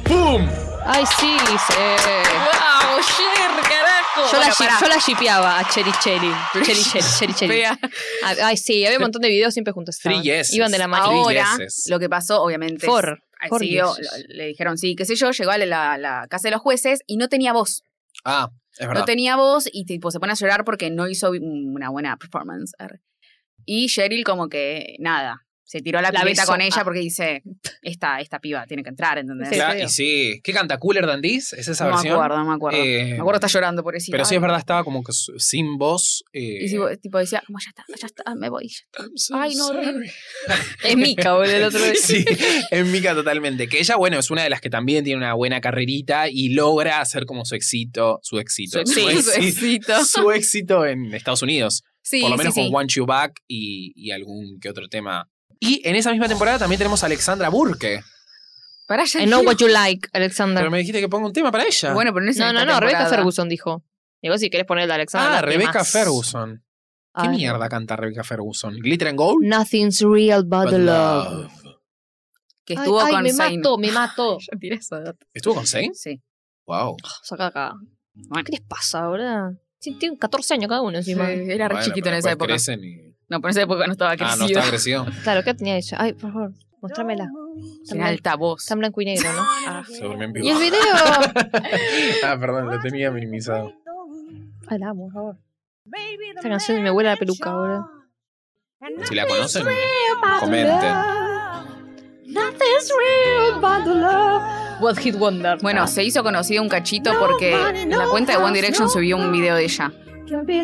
¡Pum!
Ay, sí, sí.
¡Wow, Sherry, carajo!
Yo, la,
Bueno,
shi-
pará.
yo la shipeaba a Cherry Cherry. Cherry Cherry, Cherry Cherry.
Vea.
Ah, Ay, sí, había un montón de videos siempre juntos. estaban.
Three yeses.
Iban de la mano.
Three
Ahora,
yeses.
lo que pasó, obviamente. es-
Four.
Ay,
Four
eh, siguió,
yeses.
le dijeron sí, qué sé yo, llegó a la, la casa de los jueces y no tenía voz.
Ah, es verdad.
No tenía voz y tipo se pone a mm, llorar porque no hizo bi- una buena performance. arre. Y Cheryl como que nada, Se tiró a la,
La
pileta
besó.
con ella
Ah.
porque dice, esta, esta piba tiene que entrar, ¿entendés?
Sí,
Claro,
creo.
y sí. ¿Qué canta? ¿Cooler Than This? ¿Es esa
no me
versión?
acuerdo, no me acuerdo.
Eh,
me acuerdo que está llorando, pobrecita.
Pero sí
Ay.
es verdad, estaba como que su- sin voz. eh,
Y si vos- tipo decía, como ya está, ya está, me voy.
I'm so
Ay, no, no, no.
sorry.
Es Mica, boludo, el otro día.
Sí, es Mika totalmente. Que ella, bueno, es una de las que también tiene una buena carrerita y logra hacer como su éxito, su éxito,
Su
su,
éxito.
éxito,
éxito.
su éxito en Estados Unidos.
Sí,
por lo menos
sí,
con
sí.
One You Back y, y algún que otro tema. Y en esa misma temporada también tenemos a Alexandra Burke.
Pará, ya
I know
dije-
what you like, Alexander.
Pero me dijiste que ponga un tema para ella.
Bueno, pero no es en
No, no,
esta
no, Rebeca
temporada.
Ferguson dijo. Digo, si querés poner el de Alexander.
ah,
¿qué
Rebecca
más?
Ferguson. ¿Qué
Ay.
mierda canta Rebecca Ferguson? ¿Glitter and Gold?
Nothing's real but, the
But
love.
Que
Ay,
estuvo
ay,
con
me
Zayn.
mato, me mato. Oh,
Ya tiré esa data.
¿Estuvo con Zayn?
Sí.
Wow.
Saca acá.
Bueno.
¿Qué les pasa, verdad? Sí, tienen 14 años cada uno
Sí,
encima.
era re
Bueno,
chiquito
pero
en esa
después
época.
crecen y-
No, pero en esa época no estaba crecido.
Ah, no está crecido.
Claro, ¿qué tenía ella? Ay, por favor, mostrámela. Está en
Era
blanco-
alta voz.
está en blanco y negro, ¿no? Ah.
Se durmió en vivo.
Y el video.
ah, perdón, lo tenía minimizado.
Ay, la amo, por favor. Esta canción me huele a la peluca, ahora.
Si la conocen, comenten.
What Hit Wonder.
Bueno, se hizo conocido un cachito porque en la cuenta de One Direction subió un video de ella.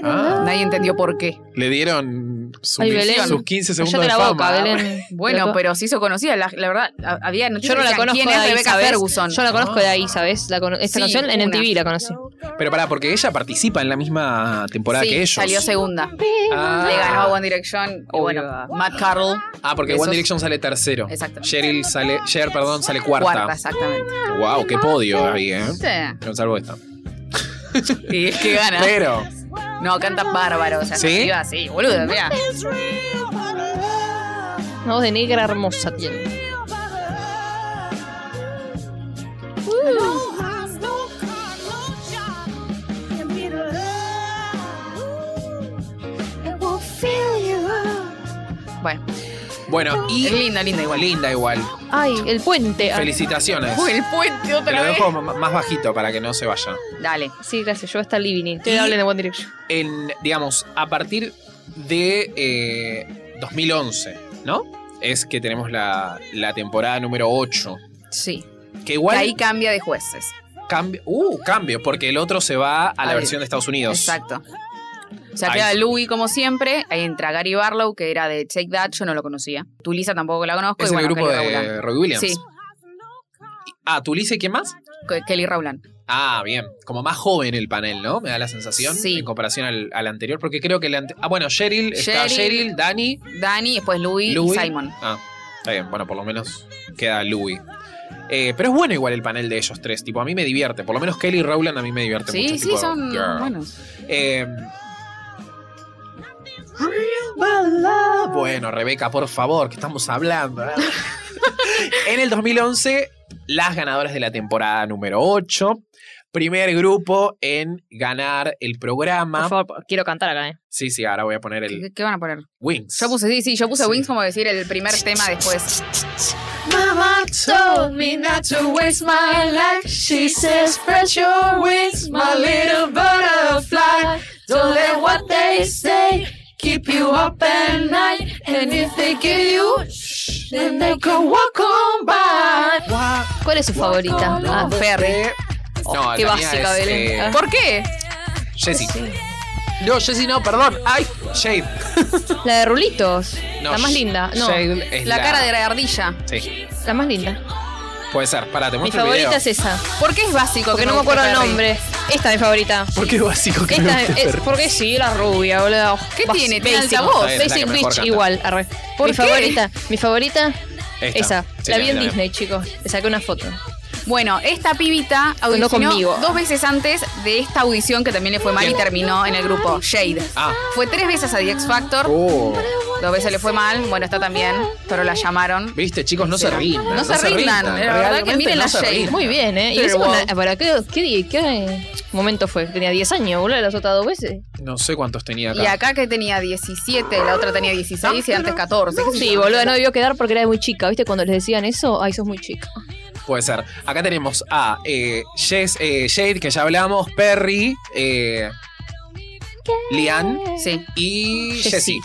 Ah.
Nadie entendió por qué.
Le dieron sus,
Ay, Belén.
sus 15 segundos
Cállate
de
la
fama.
boca, Belén.
Bueno,
Loco.
pero se hizo conocida. La, la verdad, a- había
Yo
noticias
no
que
la
decían,
conozco
¿Quién
de
es
ahí,
Rebecca
¿sabes?
Ferguson? Ah.
Yo la conozco de ahí, ¿sabes? La cono-
Sí,
Esta canción en
una.
MTV la conocí.
Pero pará, porque ella participa en la misma temporada
sí,
que ellos.
salió segunda.
ah.
Le ganó a One Direction. Y
Obvio.
bueno, Matt Carl.
Ah, porque
Besos.
One Direction sale tercero.
Exacto.
Cheryl sale, Cher, perdón, sale
Cuarta,
cuarta.
exactamente.
Wow, qué podio ahí, ¿eh?
Sí.
No salvo esta.
Y es que gana.
Pero,
No, canta bárbaro. O sea,
¿Sí?
la piba, sí, boludo, mira.
Una voz de negra hermosa tiene.
Bueno,
bueno,
es
y
linda, linda igual.
linda igual.
Ay, el puente. Ay,
Felicitaciones.
Uy, el puente
Te
otra
lo
vez.
dejo m- más bajito para que no se vaya.
Dale.
Sí, gracias. Yo hasta Living
Y-
in. Te hablen de One Direction.
en, digamos, a partir de eh, 2011, ¿no? Es que tenemos la, la temporada número 8.
Sí.
Que
Que
igual
ahí cambia de jueces.
cambia. Uh, cambio, porque el otro se va a la
Ay,
versión de Estados Unidos.
Exacto. Se
Ahí
queda
sí.
Louis como siempre. Ahí entra Gary Barlow, que era de Take That, yo no lo conocía. Tulisa tampoco la conozco.
Es el
y bueno,
grupo
Kelly Rowland.
de Robbie Williams.
Sí,
Ah, Tulice, ¿quién más?
Ke- Kelly Rowland.
Ah, bien. Como más joven el panel, ¿no? Me da la sensación.
Sí.
En comparación al, al anterior, porque creo que el ante- Ah, bueno, Cheryl, está
Cheryl.
Cheryl, Dani,
Dani, después Louis,
Louis.
y Simon.
Ah, está bien, bueno, por lo menos queda Louis. Eh, pero es bueno igual el panel de ellos tres, tipo, a mí me divierte, por lo menos Kelly Rowland a mí me divierte mucho.
Sí, sí,
tipo,
son
girl.
buenos.
Eh, bueno, Rebeca, por favor, que estamos hablando. ¿eh? en el 2011, las ganadoras de la temporada número 8, primer grupo en ganar el
Por
programa.
favor, quiero cantar acá, eh.
Sí, sí, ahora voy a poner el
¿Qué, qué van a poner?
Wings.
Yo puse, sí, sí, yo puse
Sí.
Wings como decir el primer tema después.
Mama told me not to waste my life. She says, spread your wings, my little butterfly. Don't let what they say keep you up at night. And if they give you, shh, then they can walk on by.
Guau.
¿Cuál es su favorita? Ah, Ferry. Oh,
No,
qué
la mía
básica,
es,
Belén.
eh,
¿Por qué?
Jessie. No, Jessie no, perdón. Ay, Shade.
La de Rulitos.
No,
la más
Sh-
linda. No,
Shade es
La cara de la ardilla.
Sí,
la más linda.
puede ser. Pará, te
Mi
muestro el video.
favorita es esa.
¿Por qué es básico?
Porque
que
no me
guste
acuerdo el
Perry?
nombre. Esta es mi favorita.
¿Por qué básico que me
Esta
guste
es,
Ferry?
porque sí, la rubia, boludo.
¿Qué
Bas-
tiene? Tiene
basic.
Está
altavoz.
bien, es la que
Basic
mejor
bitch,
canta.
igual, arre.
¿Por
mi
qué?
favorita, mi favorita,
Esta.
esa.
Sí,
la
la
vi en
vi, la vi.
Disney, chicos. Le saqué una foto.
Bueno, esta pibita audicionó
conmigo.
dos veces antes de esta audición que también le fue mal
Bien.
y terminó en el grupo Shade.
Ah.
Fue tres veces a The X Factor,
Oh.
dos veces le fue mal, bueno, esta también, pero la llamaron.
Viste, chicos, no se rindan.
No se rindan, la verdad que
Realmente
miren
no
la
se
Shade.
rindan.
Muy bien, ¿eh? Y
Pero
eso
wow.
una- ¿Para qué, qué, di- qué momento fue? Tenía 10 años, boludo, la azotado dos veces.
No sé cuántos tenía acá.
Y acá que tenía 17, la otra tenía 16 y antes 14. qué sé
Sí,
yo.
boludo, no debió quedar porque era muy chica. ¿Viste? Cuando les decían eso, ay, sos muy chica.
Puede ser. Acá tenemos a eh, Jess, eh, Shade, que ya hablamos, Perry, eh, Lian
Sí.
y
Jessie.
Jessie.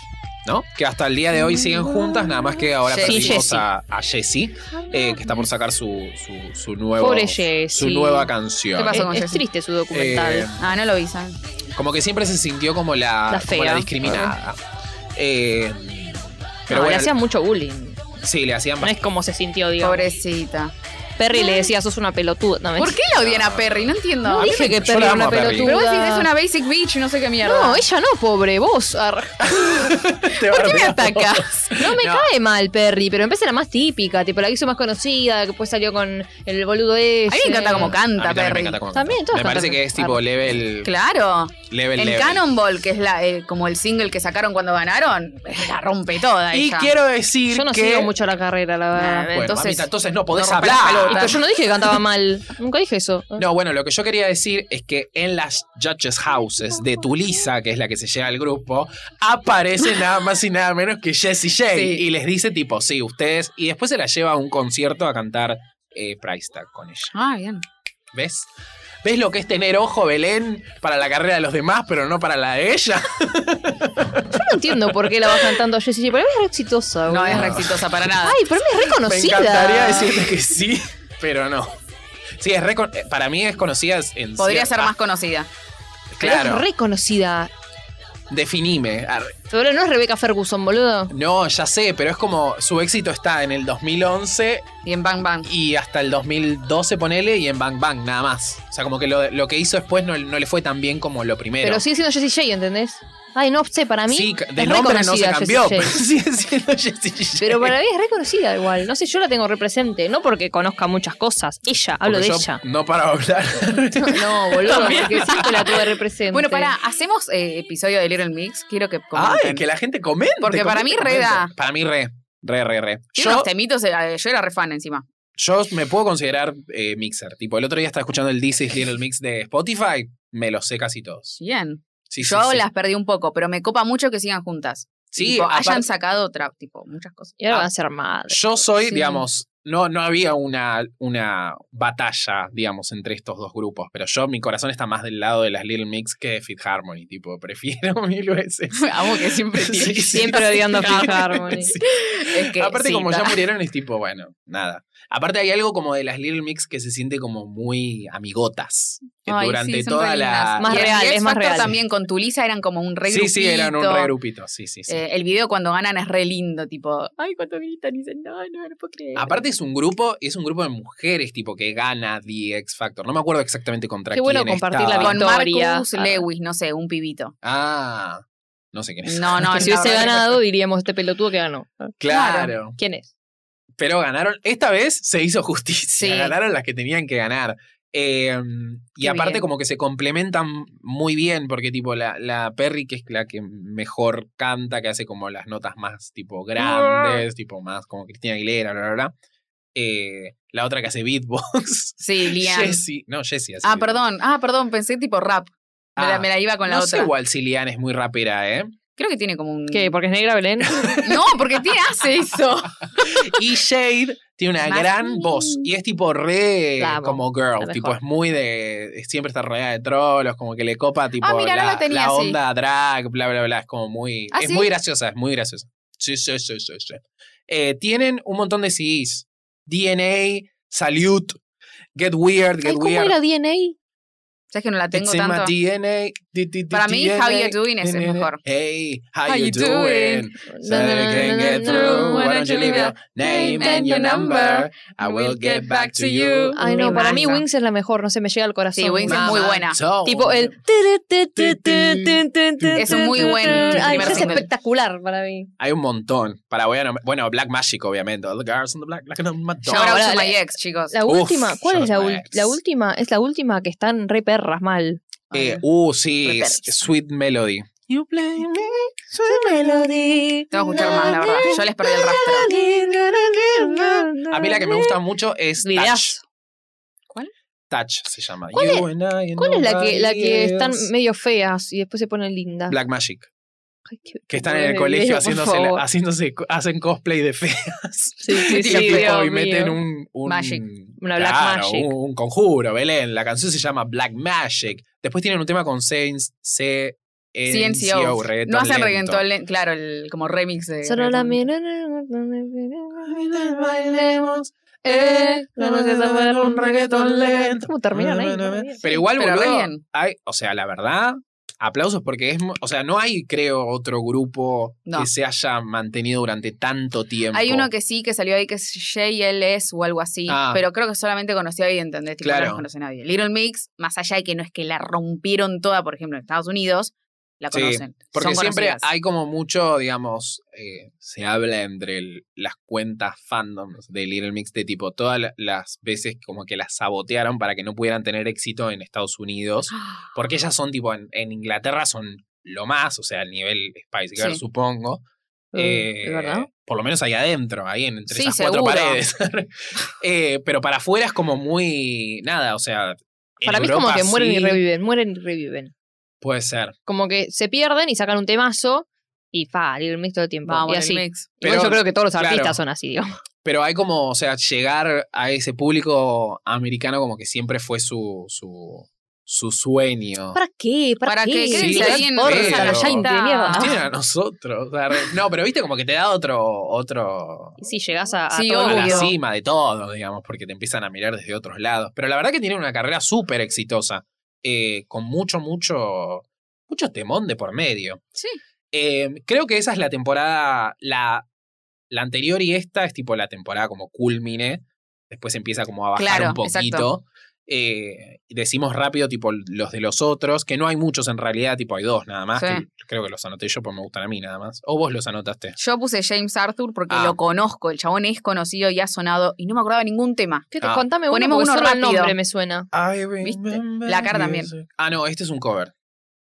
¿no? Que hasta el día de hoy siguen juntas, nada más que ahora
Sí,
perdimos
Jessie.
a, a Jessie, eh, que está por sacar su, su, su nuevo,
Pobre
su
Jessie.
nueva canción.
¿Qué pasó con
Es, es
Jessie?
triste su documental.
Eh,
Ah, no lo vi, ¿saben?
Como que siempre se sintió como la,
La
como la
fea.
discriminada. Eh, pero
No, Ah, le
bueno,
hacían mucho bullying.
sí, le hacían
No es como se sintió, digamos.
Pobrecita.
Perry le decía, sos una pelotuda. No,
¿Por qué la odian a Perry? No entiendo.
No
A mí
dije que
yo
Perry
la
era
amo
una
a Perry.
pelotuda.
Pero vos decís, es una basic bitch, no sé qué mierda.
No, ella no, pobre, vos. Ar-
Te
¿Por qué me
bardeamos.
atacas? No me
No.
cae mal Perry, pero empecé la más típica, tipo la que hizo más conocida, que después salió con el boludo ese.
A mí me encanta como
A mí
canta,
también me
Perry.
encanta cómo
También,
canta.
todas
Me parece
cantan.
que es tipo
Arre.
level,
Claro.
level,
En
level.
Cannonball, que es la, eh, como el single que sacaron cuando ganaron, la rompe toda
Y
ella.
quiero decir
Yo no
que...
sigo mucho la carrera, la verdad.
Nah,
Bueno,
Entonces-
mamita, entonces, no podés
No rompe la
hablar.
pelota.
Pero yo no dije que cantaba mal. Nunca dije eso.
No, bueno, lo que yo quería decir es que en las Judges Houses de Tulisa, que es la que se lleva al grupo, aparece nada más y nada menos que Jessie J.
Sí.
Y les dice tipo, sí, ustedes. Y después se la lleva a un concierto a cantar eh, Price Tag con ella.
Ah, bien.
¿Ves? ¿Ves lo que es tener ojo, Belén, para la carrera de los demás, pero no para la de ella?
Yo no entiendo por qué la bajan tanto a Jessie. Para mí es re exitosa,
No
boludo.
es re exitosa para nada.
Ay, para mí es reconocida.
Me encantaría decirte que sí, pero no. Sí, es recon- eh, para mí es conocida en
Podría ser
cierta-
más conocida.
Pero
Claro,
Es reconocida.
definime. Ar-
Pero no es Rebeca Ferguson, boludo.
No, ya sé, pero es como su éxito está en el 2011
Y en Bang Bang.
y hasta el 2012, ponele, y en Bang Bang, nada más. O sea, como que lo, lo que hizo después no, no le fue tan bien como lo primero.
Pero sigue siendo Jessie J, ¿entendés? Ay, no sé, para mí.
sí, de
es
nombre no se
reconocida
cambió,
Jessie J.
pero sigue siendo Jessie J.
Pero para mí es reconocida igual. No sé, yo la tengo represente. No porque conozca muchas cosas. Ella, hablo
Porque
de
yo
ella.
No para hablar.
No, boludo,
También.
porque siempre la tuve represente.
Bueno, pará, hacemos eh, episodio de Little Mix. Quiero que comenten.
Ay, que la gente comente.
Porque para
comente,
mí re
comente.
da.
Para mí re, re, re, re.
Tiene unos
Yo,
temitos, eh, yo era re fan encima.
yo me puedo considerar eh, mixer. Tipo, el otro día estaba escuchando el This is Little Mix de Spotify, me los sé casi todos.
Bien.
Sí, sí,
yo
sí.
las perdí un poco, pero me copa mucho que sigan juntas.
Sí,
Tipo,
aparte-
hayan sacado otra, tipo, muchas cosas.
Ah.
Y ahora van a ser madres.
Yo soy,
Sí.
digamos, no, no había una, una batalla, digamos, entre estos dos grupos, pero yo, mi corazón está más del lado de las Little Mix que de Fit Harmony, tipo, prefiero mil veces.
Amo que siempre tiene.
Sí, sí,
Siempre
sí.
odiando a Fifth Harmony.
Sí.
Es que,
Aparte,
sí,
como ya
ta-
murieron, es tipo, bueno, nada. Aparte, hay algo como de las Little Mix que se siente como muy amigotas. que
Ay,
durante
sí, son
toda
re
la.
lindas.
Más
Y en
real,
The X
es más
Factor
real.
también con Tulisa eran como un re
Sí, sí, eran un
grupito.
re grupito. Sí, sí, sí.
Eh, el video cuando ganan es re lindo, tipo,
Ah,
ay, cuando gritan y dicen, no, no, no puedo creer.
Aparte es un grupo, es un grupo de mujeres tipo que gana The X Factor. No me acuerdo exactamente contra
Qué bueno
quién
compartir la
estaba.
con
Victoria.
Marcus
Ah.
Lewis, no sé, un pibito.
Ah, no sé quién es.
No, no,
que si
la
hubiese
verdad que-
ganado, diríamos este pelotudo que ganó.
Mm,
Claro.
¿Quién es?
Pero ganaron. Esta vez se hizo justicia.
Sí.
Ganaron las que tenían que ganar. Eh, y
Qué
aparte,
bien.
como que se complementan muy bien, porque tipo la, la Perry, que es la que mejor canta, que hace como las notas más
Ah.
tipo grandes, tipo más como Cristina Aguilera, bla, bla, bla. Eh, la otra que hace beatbox.
Sí, Lian.
Jessie. No, Jessie. hace
Ah,
beatbox.
perdón, ah, perdón, pensé tipo rap. Me, la,
Ah,
me la iba con la
no sé
otra.
igual si Lian es muy rapera, ¿eh?
Creo que tiene como un.
Mm.
¿Qué? ¿Porque es negra Belén?
No, porque tiene hace eso.
Y Shade tiene una
Más-
gran voz. Y es tipo re
La amo,
como
la
girl.
mejor.
Tipo, es muy de. es- Siempre está rodeada de trolos, como que le copa tipo
Ah, mira, no
la,
la tenía
la
así.
onda drag, bla, bla, bla. Es como muy.
¿Ah,
es
sí?
muy graciosa, es muy graciosa. Sí, sí, sí, sí, sí. Eh, tienen un montón de CDs. DNA, Salute, Get Weird, Get
Ay, ¿Cómo
Weird.
era DNA?
¿Sabes que no la tengo
It's in my
tanto?
DNA. di, di, di,
Para mí,
DNA,
How You Doing es el
DNA.
mejor.
Hey, how,
How
you,
you
doing?
doing?
So that I can get through. Why don't you leave your name and your number? I will get back to you.
Ay, no,
Me
para mí
mata.
Wings es la mejor, no sé, me llega al corazón.
Sí, Wings es muy
Mama
buena.
Told.
Tipo el.
Es un muy buen
Ay,
primer
eso es
single.
espectacular para mí.
Hay un montón. Para, voy a nombrar- bueno, Black Magic, obviamente. All the girls on the black, black on my
Shout
No,
out
la-
to
la-
my ex, chicos.
La
Uf,
última, ¿cuál
yo
es
no
la,
me
ul-
ex.
la última? Es la última que están re perras mal.
Eh, uh, sí.
Repent.
Sweet Melody. You play me.
Tengo que escuchar más, la verdad. Yo les perdí el rastro.
A mí la que me gusta mucho es Touch.
Videazo.
¿Cuál?
Touch se llama.
¿Cuál
You and I and
¿Cuál es la que, la que
nobody
están
else.
medio feas y después se ponen lindas?
Black Magic.
Ay, qué-
Que están en el
Dios
colegio
mío, por
haciéndose, la-
favor.
haciéndose, hacen cosplay de fe.
Sí, sí,
Y
sí,
tipo,
Dios
y meten
mío.
un, un-
Magic.
Una Black
claro,
Magic.
Un, un conjuro, Belén. La canción se llama Black Magic. Después tienen un tema con Saints, C, en
CNCO.
CNCO, reggaetón
no hacen
lento.
reggaetón, len- claro, el, como remix de.
Solo la eh,
reggaetón.
mira.
Bailemos, eh, la noche se fue con reggaetón lento.
¿Cómo terminan ahí?
Pero igual,
pero re
boludo,
bien.
hay- o sea, la verdad, aplausos porque es, mu- o sea, no hay, creo, otro grupo
No.
que se haya mantenido durante tanto tiempo.
Hay uno que sí, que salió ahí, que es JLS o algo así,
Ah.
pero creo que solamente conocía ahí, ¿entendés? Tipo,
Claro.
No los conoce nadie. Little Mix, más allá de que no es que la rompieron toda, por ejemplo, en Estados Unidos, la
Sí,
conocen.
Porque
son
siempre
conocidas.
hay como mucho, digamos, eh, se habla entre el- las cuentas fandoms de Little Mix de tipo todas la- las veces como que las sabotearon para que no pudieran tener éxito en Estados Unidos. Porque ellas son tipo, en, en Inglaterra son lo más, o sea, al nivel Spice Girl,
Sí.
supongo. Eh,
Mm, ¿Es verdad?
Por lo menos ahí adentro, ahí en- entre
Sí,
esas cuatro
seguro.
paredes. Eh, pero para afuera es como muy. Nada, o sea. en
Para mí es como
Europa
que mueren y
sí,
reviven, mueren y reviven.
Puede ser.
Como que se pierden y sacan un temazo y fa, Little Mix todo el tiempo.
Vamos,
y
Little
así.
Mix.
Igual
Pero-
yo creo que todos los
claro.
artistas son así, digamos.
Pero hay como, o sea, llegar a ese público americano como que siempre fue su, su, su sueño.
¿Para qué? ¿Para,
¿Para qué?
qué?
¿Qué
Sí,
dice
qué
ahí en
porra,
esa
la
galleta?
gente de mierda.
Tienen a nosotros. o sea, re- no, pero viste como que te da otro, otro
Y si llegás a, a
Sí,
todo
a
el
la
obvio.
mundo.
cima de todo, digamos, porque te empiezan a mirar desde otros lados. Pero la verdad que tienen una carrera súper exitosa, eh, con mucho, mucho, mucho temón de por medio.
Sí.
Eh, creo que esa es la temporada, la, la anterior y esta es tipo la temporada como culmine, después empieza como a bajar
Claro,
un poquito.
exacto.
Eh, decimos rápido tipo los de los otros, que no hay muchos en realidad, tipo hay dos nada más,
Sí.
que creo que los anoté yo porque me gustan a mí nada más. O vos los anotaste.
Yo puse James Arthur porque
Ah.
lo conozco, el chabón es conocido y ha sonado y no me acordaba de ningún tema.
¿Qué te
Ah.
contame uno?
Ponemos
porque
uno
solo el
rápido.
nombre me suena.
¿Viste? La cara también.
Ah, no, este es un cover.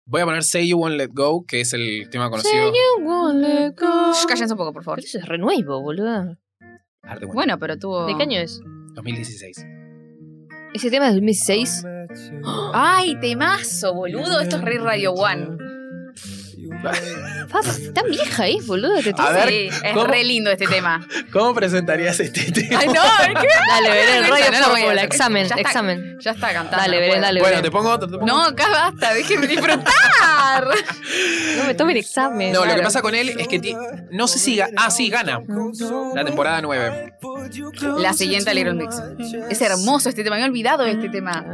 Voy a poner Say You Won't Let Go, que es el tema conocido.
Shh, Cállense un poco, por favor.
Porque eso es re nuevo, boludo.
Arte Bueno,
Bueno, pero tuvo.
¿De qué año es?
2016.
Ese tema es 2006.
Ay, temazo, boludo. Esto es re Radio One.
Fa, Tan vieja es, boludo.
Ah.
Te
A ver,
sí, es
¿cómo?
re lindo este tema.
¿Cómo presentarías este tema?
Ay, no, ¿qué?
Dale, Belén,
No, no,
Radio
no voy a
Fórmula,
hacer.
examen,
Ya está.
examen.
Ya está cantando.
Dale,
no
Belén,
puedo.
dale,
Bueno,
Belén.
te pongo otro. te pongo
No,
otro.
acá basta, déjenme disfrutar.
No me tomen examen.
No, lo que
claro.
pasa con él es que ti- no sé si ga- ah sí gana la temporada 9.
La siguiente a Little Mix. Es hermoso este tema, me he olvidado de este tema.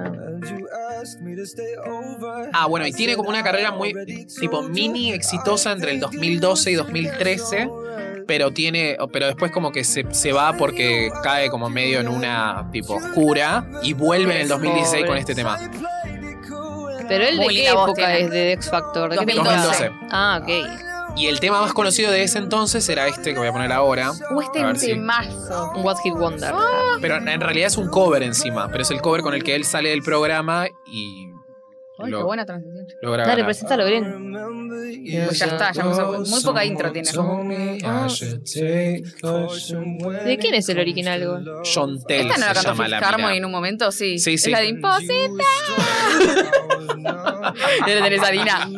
Ah, bueno, y tiene como una carrera muy tipo mini exitosa entre el 2012 y 2013, pero tiene pero después como que se, se va porque cae como medio en una tipo oscura y vuelve en el 2016 con este tema.
Pero él de
Muy
qué
linda voz
época
tiene.
es de X Factor. ¿De qué
2012.
temporada? Ah, ok.
Y el tema más conocido de ese entonces era este que voy a poner ahora.
Uh, este
A ver si-
temazo.
Un What Hit Wonder.
Ah.
Pero en realidad es un cover encima, pero es el cover con el que él sale del programa y
Ay, qué
lo-
buena transición.
logra
Dale,
ganar.
preséntalo, Belén.
Pues ya está, ya empezó. Muy poca intro tiene.
¿De quién es el original? güey?
John Tell
Esta no la
se
cantó
llama
Fifth
la
Harmony
mina.
en un momento, sí.
Sí, sí.
Es la de Impossible. De la Teresa Dina.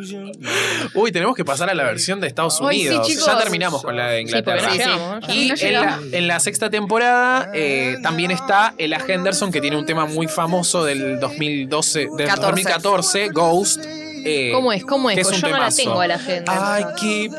Uy, tenemos que pasar a la versión de Estados
Ay, sí,
Unidos.
chicos.
ya terminamos con la de
Sí, porque
Inglaterra.
no
Sí, sí.
llegamos. ¿no?
Y
No
en la,
llegamos.
en la sexta temporada eh, también está Ella Henderson, que tiene un tema muy famoso del 2012, del
14.
2014, Ghost. eh,
¿Cómo es? ¿Cómo
que
es?
es
Pues
un
yo no la
temazo.
tengo a la gente.
I keep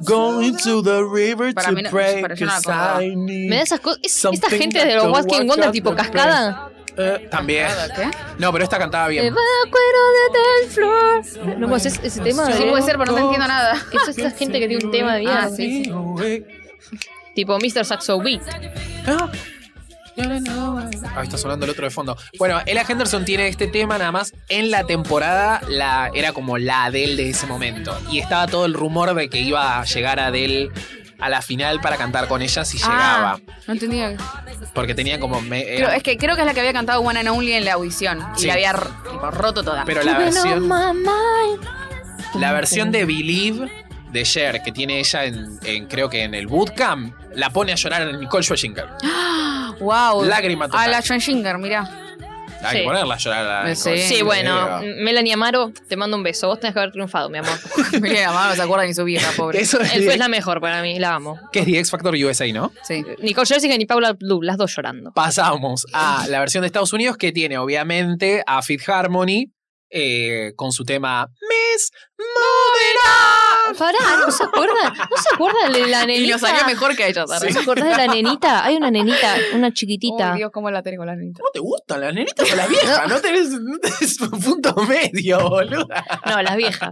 going to the river
Para
to
mí no-
pray
para yo no la
'cause
acordaba.
I need
Me da esas cosas. Es- Esta
Something
gente de los
that
What Hit
don't
Wonder
watch
tipo
out the
cascada.
eh, también.
¿Qué?
No, pero esta cantaba
Me
bien.
va a cuero de del flor. No, pues es ese tema.
Sí,
Belén?
puede ser, pero no te entiendo nada.
Que es esta gente que tiene un tema de mierda.
Ah, sí, sí.
Tipo Mr. Saxo Beat.
Ah, está sonando el otro de fondo. Bueno, Ella Henderson tiene este tema nada más. En la temporada la, era como la Adele de ese momento. Y estaba todo el rumor de que iba a llegar Adele a la final para cantar con ella si llegaba.
Ah, no entendía.
Porque tenía como... me-
Creo-
era-
es que creo que es la que había cantado One and Only en la audición.
Sí.
Y la había r- tipo, roto toda.
pero la versión,
Mamá.
la versión de Believe de Cher que tiene ella en, en- creo que en el bootcamp la pone a llorar en Nicole Schwesinger.
Ah,
wow.
Lágrima total.
A la John Singer, mirá.
Hay que
Sí.
ponerla a llorar a la
Me
Nicole
sé.
Sí, bueno,
Schwesinger.
Eh, Melanie Amaro, te mando un beso. Vos tenés que haber triunfado, mi amor.
Mirá, la mamá no se acuerda ni su vieja, pobre.
Eso es,
Él fue la mejor para mí, la amo.
que es The X Factor USA, ¿no?
Sí.
Nicole Jessica ni Paula Blue, las dos llorando.
Pasamos a la versión de Estados Unidos que tiene obviamente a Fifth Harmony, eh, con su tema Miss Moving On.
Pará, ¿no se acuerdan? ¿No se acuerdan de la nenita?
Y lo sabía mejor que ella,
¿No se acuerdan de la nenita? Hay una nenita, una chiquitita.
Oh, Dios, cómo la tenés con la nenita.
¿No te gustan las nenitas o las viejas? No tenés, no tenés un punto medio, boluda.
No, las viejas.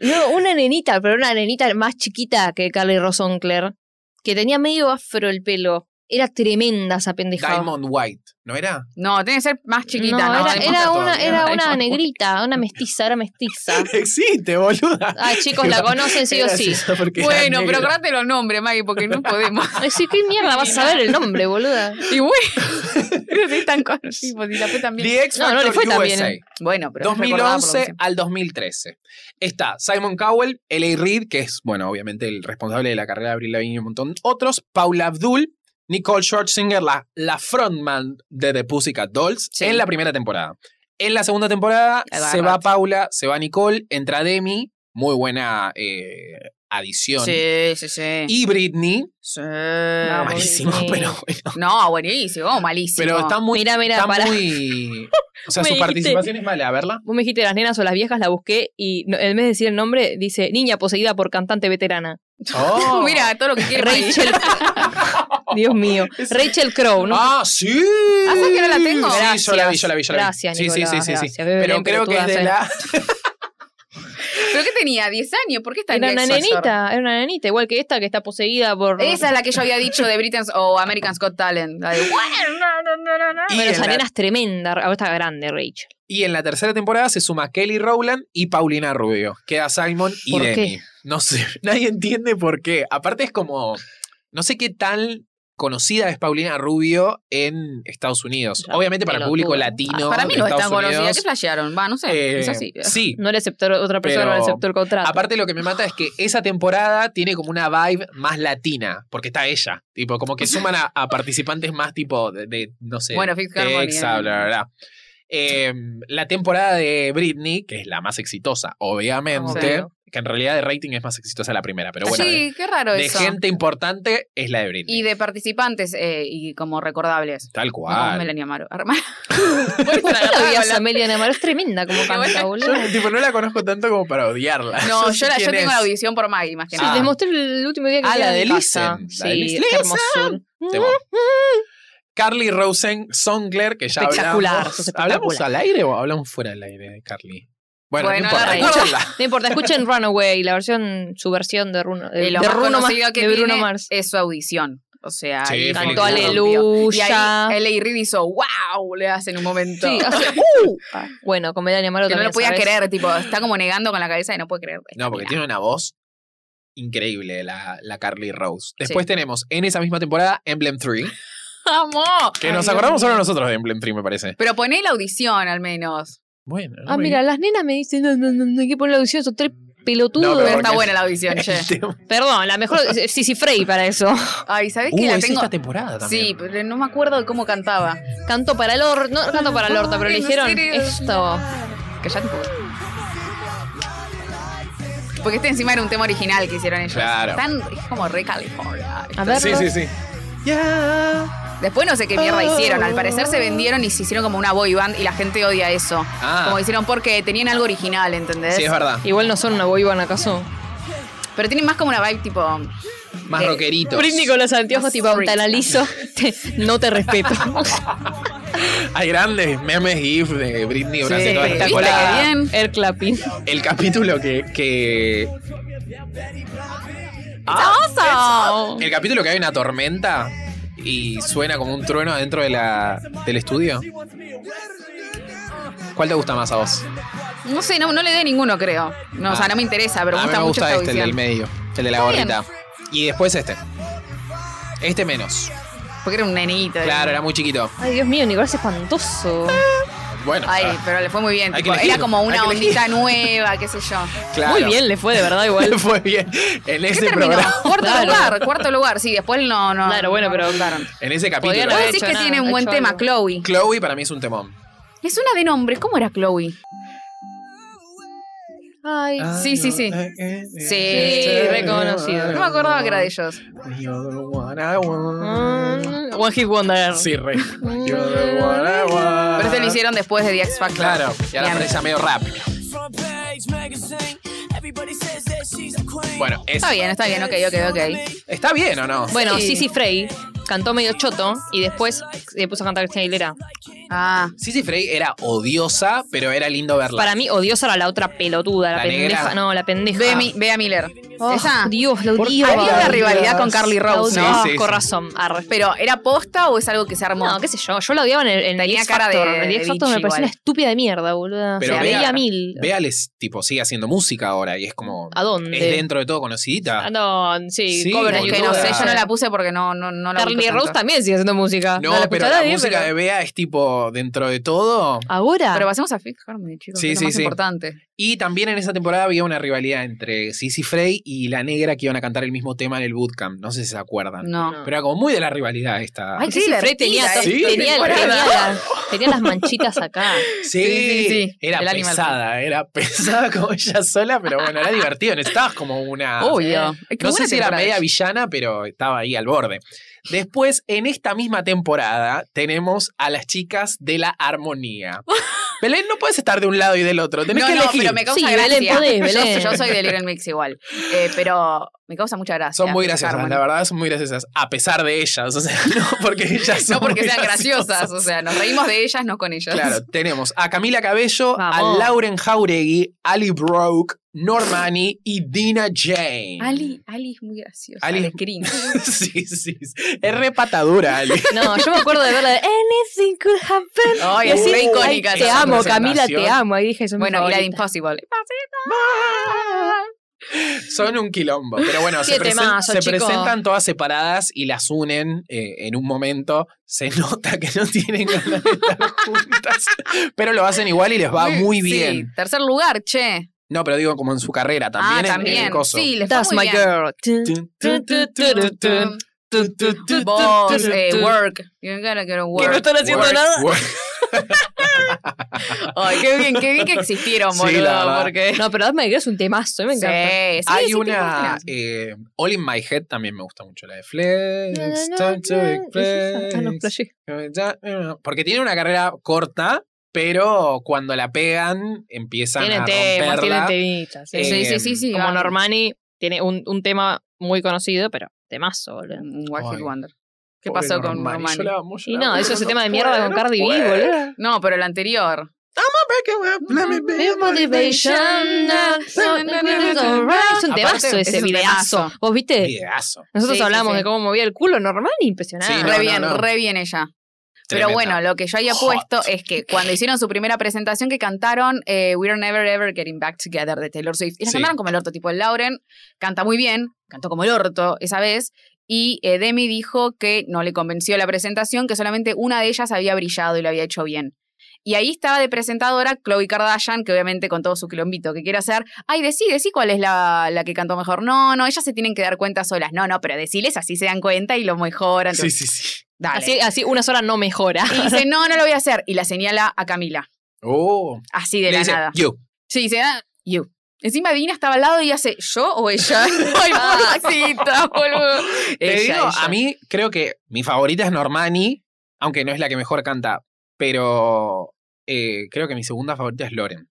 No, una nenita, pero una nenita más chiquita que Carly Rosoncler, que tenía medio afro el pelo. Era tremenda esa pendejada.
Diamond White, ¿no era?
No, tiene que ser más chiquita. No,
No, era,
no,
era
no,
una,
todavía
era
no,
una
no.
negrita, una mestiza, era mestiza.
Existe, boluda.
Ay, chicos, la conocen sí o
Era
sí.
esa porque era
Bueno, pero
negra.
acordate los nombres, Maggie, porque no podemos.
Así que mierda vas a saber el nombre, boluda.
y bueno, pero sí tan conocido, si la fue también.
The X
No, no le
Factor
fue tan bien,
USA.
¿eh?
Bueno, pero es recordada por lo que
2011 al 2013. Está Simon Cowell, L.A. Reid, que es, bueno, obviamente el responsable de la carrera de Abril Lavigne y un montón de otros. Paula Abdul, Nicole Scherzinger, la, la frontman de The Pussycat Dolls,
Sí.
en la primera temporada. En la segunda temporada
Agarra.
se va Paula, se va Nicole, entra Demi, muy buena eh, adición.
siempre. Sí, sí, sí.
Y Britney,
Sí.
No,
malísimo,
Ah, Britney.
pero bueno.
No, buenísimo, malísimo.
Pero está muy.
Mira, mira,
está
pará.
muy- O sea,
Me
su
dijiste-
participación es mala, verla.
Vos me dijiste las nenas o las viejas, la busqué y no- en vez de decir el nombre, dice niña poseída por cantante veterana.
Oh.
Mira, todo lo que quiere. Maggie.
Rachel. Dios mío. Rachel Crow, ¿no?
Ah, sí.
¿sabes que no la tengo?
Sí, yo la vi,
Gracias.
yo la vi, yo la vi.
Gracias,
sí,
Nicolás,
sí, sí, sí, sí.
gracias. Bebe
Pero
Belén,
creo que es de
pelotuda,
la.
¿Pero qué tenía? ¿10 años? ¿Por qué está en
Era una
X Factor?
nenita, era una nenita, igual que esta que está poseída por.
Esa es la que yo había dicho de Britain's o American's Got Talent. La de, "Bueno, no, no, no, no, no".
Y
Bueno,
en
esa
la-
nena es tremenda. Ahora está grande, Rachel.
Y en la tercera temporada se suma Kelly Rowland y Paulina Rubio. Queda Simon y
¿Por
Demi.
qué?
No sé, nadie entiende por qué. Aparte es como. No sé qué tan conocida es Paulina Rubio en Estados Unidos.
La
Obviamente para el público
pelotuda.
latino.
Ah, Para mí no
de
es tan
Estados
conocida.
Unidos,
¿Qué flashearon? Va, no sé.
eh,
es así.
Sí.
No le aceptó otra persona, no le
Pero-
aceptó el contrato.
Aparte lo que me mata es que esa temporada tiene como una vibe más latina, porque está ella, tipo, como que suman a, a participantes más tipo de, de, no sé,
Bueno, Fifth Harmony,
Texas, bla,
eh.
bla, bla. Eh, la temporada de Britney, que es la más exitosa, obviamente,
Obvio.
que en realidad de rating es más exitosa la primera, pero bueno, de-
sí, qué raro
de,
eso.
gente importante es la de Britney.
Y de participantes eh, y como recordables.
Tal
No, como
cual.
Melania Amaro. Arma-
¿Por qué la veías a
Hola.
Amelia Neymar? Es tremenda como canta, boludo.
Yo tipo, no la conozco tanto como para odiarla.
No, yo,
sé
la- yo
quién
tengo
es.
la audición por Maggie, más que
Sí,
Ah.
nada.
les mostré el último día que
Ah,
fui
la
a mi
de
casa.
Listen, la de
Sí,
Listen.
qué hermosura.
Temón. Carly Rosen Songler, que ya
Espectacular,
hablamos.
eso es espectacular.
¿Hablamos al aire o hablamos fuera del aire de Carly? Bueno,
Bueno,
no importa,
la
escúchenla.
No importa, escuchen Runaway, la versión, su versión de Runo, de,
Eh, lo
de
más
Bruno,
conocido
Mars-
que
de Bruno
tiene
Mars.
es su audición. O sea,
Sí,
ahí eh,
Feliz
Cantó
como que rompió. Y
Aleluya.
ahí L.A. Reid hizo wow, le hace en un momento.
Sí, hace- Ah, bueno, con Melania Amaro
que no
también,
lo podía
¿sabes?
creer, tipo, está como negando con la cabeza y no puede creer.
No, porque
Mira.
tiene una voz increíble la, la Carly Rose. Después tenemos en esa misma temporada Emblem 3,
¡Vamos!
que
Ay,
nos
Dios
acordamos
mío.
solo nosotros de Emblem 3, me parece.
Pero poné la audición al menos.
Bueno, no
Ah,
me-
mira, las nenas me dicen, no, no, no, no hay que poner la audición, son tres
No,
pelotudos.
pero
Pero
porque-
está buena la audición, che.
el tema-
Perdón, la mejor es Sissy Frey para eso.
Ay, ¿sabés
Uh,
que la
es
tengo?
esta temporada también.
Sí, pero no me acuerdo de cómo cantaba.
Canto para el orto, no canto para el orto, pero le
Ay, no
dijeron
sé.
esto.
Callate un poco. Porque este encima era un tema original que hicieron ellos.
Claro.
Tan, es como re California.
A ver,
sí, sí, sí.
Después no sé qué mierda hicieron. Al parecer se vendieron y se hicieron como una boy band y la gente odia eso.
Ah.
Como hicieron porque tenían algo original, ¿entendés?
Sí, es verdad.
igual no son una boyband acaso.
Pero tienen más como una vibe tipo.
Más
Eh,
rockeritos.
Britney con los anteojos, tipo,
Freak.
te analizo, te- no te respeto.
Hay grandes memes GIF de Britney Brasil.
espectacular.
espectacular.
Qué bien.
Air clapping.
El capítulo que, que Ah.
¡Awesome!
El capítulo que hay una tormenta y suena como un trueno dentro de la, del estudio. ¿Cuál te gusta más a vos?
No sé, no, no le dé ninguno, creo. No, O sea,
Ah.
no me interesa, pero me
a mí
gusta
me
mucho
gusta
esta
este, el del medio,
audición.
el de la
Está bien.
gorrita. Y después este. Este menos.
Porque era un nenito.
Claro,
era-
era muy chiquito.
Ay, Dios mío, Nicolás es espantoso.
Bueno,
Ay,
ah,
pero le fue muy bien.
Hay
tipo,
que elegir,
era como
hay
una
que elegir.
ondita nueva, qué sé yo.
claro.
Muy bien le fue, de verdad, igual.
Fue bien. En
¿Qué
ese
terminó?
programa.
Cuarto
Claro.
lugar, cuarto lugar. Sí, después no. no
Claro, bueno,
no
pero-
resultaron.
En ese capítulo.
Podían
Vos
haber
decís
hecho
que
nada,
tiene un buen
hecho
tema,
algo.
Chloe.
Chloe para mí es un temón.
Es una de nombre. ¿Cómo era Chloe?
Ay,
Sí, sí, sí. Ah, Sí,
reconocido.
No me acordaba que era de ellos.
You're the one I want.
Mm, One Hit Wonder.
Sí, re. You're the one I want.
Mm. Pero eso lo hicieron después de The X Factor.
Claro, y ahora
Bien.
parece medio rap.
Front page magazine. Everybody says that she's a queen.
Bueno, es-
Está bien, está bien, ok, ok, ok.
¿está bien o no?
Bueno,
Sí.
Sissy Frey cantó medio choto y después se puso a cantar Cristina Aguilera.
Ah,
Sissy Frey era odiosa, pero era lindo verla.
Para mí, odiosa era la otra pelotuda, la,
La
pendeja.
negra.
No, la pendeja.
Ah.
Bea, Bea Miller.
Oh,
Esa.
Dios, la
¿Por
odio.
qué?
Había una
Dios.
rivalidad con Carly
La
Rose,
odio.
Sí,
¿no?
Ah,
sí,
con
sí.
razón. Arre.
Pero, ¿era posta o es algo que se armó?
No, qué sé yo. Yo la odiaba en el, en el
Tenía
X
cara de-
Factor. El
de
X Factor
bicho
me pareció una
igual.
estúpida de mierda, boluda.
Pero
o sea,
Bea-
veía mil.
Vea, les, tipo, sigue haciendo música ahora y es como.
¿A dónde?
Es dentro de todo conocidita.
Ah, no, sí,
Sí,
cover
Es
en
que no
boluda.
sé,
YouTube.
yo no la puse porque no, no, no la
Carly
ubico tanto.
Rose también sigue haciendo música.
No,
la
pero
escuchará
la
bien,
música
pero- Ah.
de Bea es tipo dentro de todo.
Ahora.
Pero pasemos a Fifth Harmony, chicos.
Sí,
que es lo
sí,
más
sí.
importante.
Y también en esa temporada había una rivalidad entre Sissy Frey y la negra que iban a cantar el mismo tema en el bootcamp. No sé si se acuerdan.
No.
No.
Pero era como muy de la rivalidad esta.
Ah. Ay,
Sí,
qué
Frey tenía,
divertida
to-
esta
tenía,
temporada.
tenía la- tenía las manchitas acá.
sí,
sí, sí,
Era
el Animal
pesada, era pesada como ella sola, pero bueno, era divertido. Necesitabas como una. eh,
Obvio. Es que
No
buena
sé si era
temporada.
media villana, pero estaba ahí al borde. Después, en esta misma temporada, tenemos a las chicas de la armonía. Belén, no puedes estar de un lado y del otro. Tenés
no,
que
no,
elegir.
pero me causa
Sí,
gracia.
Belén, podés, Belén.
Yo, yo soy de Little Mix igual. Eh, pero me causa mucha gracia.
Son muy
Fifth
graciosas,
Harmony.
la verdad son muy graciosas. A pesar de ellas, o sea, no porque ellas son
No porque
muy
sean graciosas, o sea, nos reímos de ellas, no con ellas.
Claro, tenemos a Camila Cabello,
Vamos.
a Lauren Jauregui, Ali Broke, Normani y Dina Jane.
Ali, Ali es muy graciosa.
Ali-
de cringe.
sí, sí, sí. Es repatadura, Ali.
No, yo me acuerdo de verla de Anything could happen.
Ay,
Y
es
así,
re
ay,
icónica.
te
esa
amo,
presentación.
Camila, te amo. Ahí dije, son mis
Bueno, y la de
favoritas.
Impossible.
Son un quilombo. Pero bueno, se,
Siete
presen-
mazos,
se
chico.
presentan todas separadas y las unen eh, en un momento. Se nota que no tienen ganas de estar juntas, pero lo hacen igual y les va muy bien.
Sí, tercer lugar, che.
No, pero digo, como en su carrera también.
ah,
en- en el
también.
coso.
sí, les fue
That's
muy
my
bien.
girl.
Tum, tum, Boss, eh, work. You gotta get a work.
Que no están haciendo
Work,
nada.
work.
Ay, qué bien, qué bien que existieron,
Sí,
boludo.
la verdad.
porque...
No, pero That's my girl es un temazo, me
Sí,
encanta.
sí,
Hay
sí,
una.
te
eh, All in My Head también me gusta mucho, la de Flex. time to make
Ah, no,
flex.
flashé.
Porque tiene una carrera corta, pero cuando la pegan empiezan
Tiene
a
temas, tiene
romperla.
temitas. sí.
Eh,
sí, sí, sí, sí.
Como
vamos.
Normani tiene un, un tema muy conocido, pero temazo, boludo.
Un One Hit
Ay.
Wonder. ¿Qué
Pobre
pasó con
Normani,
Normani?
yo la amo, yo
Y
la
no,
amo,
eso ese
no
tema de
puedo,
mierda con
no
Cardi B,
puedo.
boludo.
No, pero el anterior.
Let me be your motivation.
Es un temazo
Aparte,
ese
es un
videazo.
temazo.
¿Vos viste?
Videazo.
Nosotros
Sí, sí,
hablamos
sí.
de cómo movía el culo normal,
Sí,
impresionante.
no,
re
no,
bien,
no.
re bien ella.
Tremenda.
Pero bueno, lo que yo había puesto
Hot.
es que cuando hicieron su primera presentación que cantaron eh, We're Never Ever Getting Back Together de Taylor Swift. Y la
Sí.
cantaron como el orto, tipo Lauren canta muy bien, cantó como el orto esa vez. Y eh, Demi dijo que no le convenció la presentación, que solamente una de ellas había brillado y lo había hecho bien. Y ahí estaba de presentadora Chloe Kardashian, que obviamente con todo su quilombito que quiere hacer, ay, decí, decí cuál es la, la que cantó mejor. No, no, ellas se tienen que dar cuenta solas. No, no, pero deciles así se dan cuenta y lo mejoran.
Sí, sí, sí.
Dale.
Así, así una sola no mejora.
Y dice, no, no lo voy a hacer. Y la señala a Camila,
Oh.
así de
Le
la
dice,
nada.
"You".
Sí, dice, ah, you. Encima Dina estaba al lado y hace, ¿yo o ella? Ay, pobrecita, boludo.
Ah, Te
Ella,
digo,
ella.
a mí creo que mi favorita es Normani, aunque no es la que mejor canta, pero eh, creo que mi segunda favorita es Loren.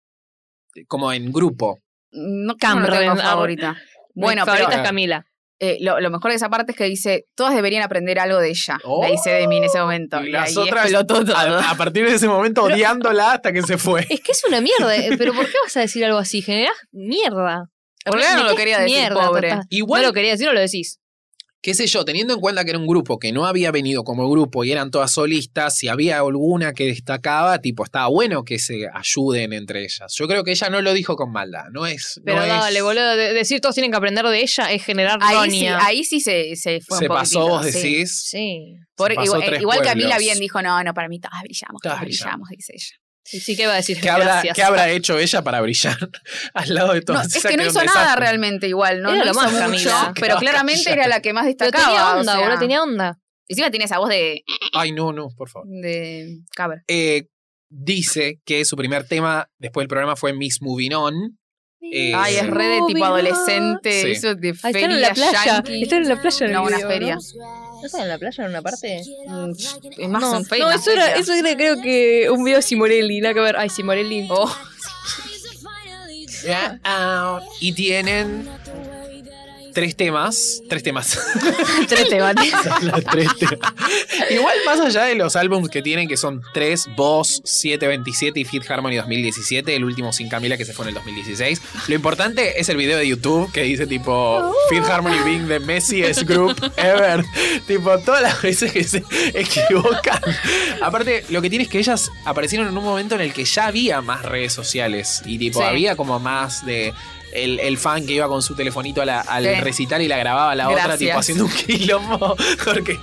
Como en grupo.
No, yo no tengo
Cameron,
favorita.
Mi
Bueno, pero
favorita es Camila.
eh, lo, lo mejor de esa parte es que dice, todas deberían aprender algo de ella.
Oh.
la dice de mí en ese momento.
Y
Y
las
ahí
otras-
explotó todo.
A, a partir de ese momento odiándola hasta que se fue.
Es que es una mierda, eh, pero ¿por qué vas a decir algo así? Generás mierda.
Porque no
Me
lo
caes
quería decir,
mierda,
pobre.
total.
Igual,
No lo quería decir, no lo decís.
qué sé yo, teniendo en cuenta que era un grupo que no había venido como grupo y eran todas solistas, si había alguna que destacaba, tipo, estaba bueno que se ayuden entre ellas. Yo creo que ella no lo dijo con maldad, no es...
Pero
no es-
dale, boludo, de- decir todos tienen que aprender de ella es generar
Ahí sí,
ironía.
ahí sí se, se fue
Se
un poquitito.
pasó, vos
sí.
decís.
Sí.
Por-
Se pasó
igual eh,
tres
igual Camila
pueblos.
bien dijo, no, no, para mí todas brillamos,
Todas
todas
brillamos.
brillamos, dice ella.
Y sí, ¿qué va a decir?
¿Qué habrá,
Gracias.
qué habrá hecho ella para brillar al lado de
No,
todas
es
esas
que no
era un
hizo nada
desastre?
realmente igual, no,
Era
no
lo
hizo
más,
mucho,
Camila.
pero claramente era la que más
Pero
destacaba.
tenía
o
onda,
sea,
boludo, tenía onda.
Encima tiene esa voz de,
Ay, no, no, por favor.
de cabra.
Eh, dice que su primer tema después del programa fue Miss Moving On. Eh,
Ay, es re de tipo adolescente,
Sí.
eso de
Ah, están
feria
en la playa.
yankee.
Están en la playa en el
No, una
video,
feria.
¿No están en la playa en una parte?
Mm, Es más,
No,
son
no,
ferias.
eso era, eso era creo que un video de Simorelli, nada que ver. Ay, Simorelli.
Oh,
Get out. ah, Y tienen tres temas. Tres temas.
tres debates.
Los tres temas. Igual más allá de los álbumes que tienen, que son tres, Boss, 727 y Fit Harmony 2017, el último sin Camila que se fue en el 2016. Lo importante es el video de YouTube que dice tipo Fit Harmony being the messiest group ever. tipo, todas las veces que se equivocan. Aparte, lo que tiene es que ellas aparecieron en un momento en el que ya había más redes sociales y tipo,
Sí.
había como más de... El, el fan que iba con su telefonito a la- al
Sí.
recital y la grababa a la otra, tipo
Gracias.
haciendo un quilombo. Porque,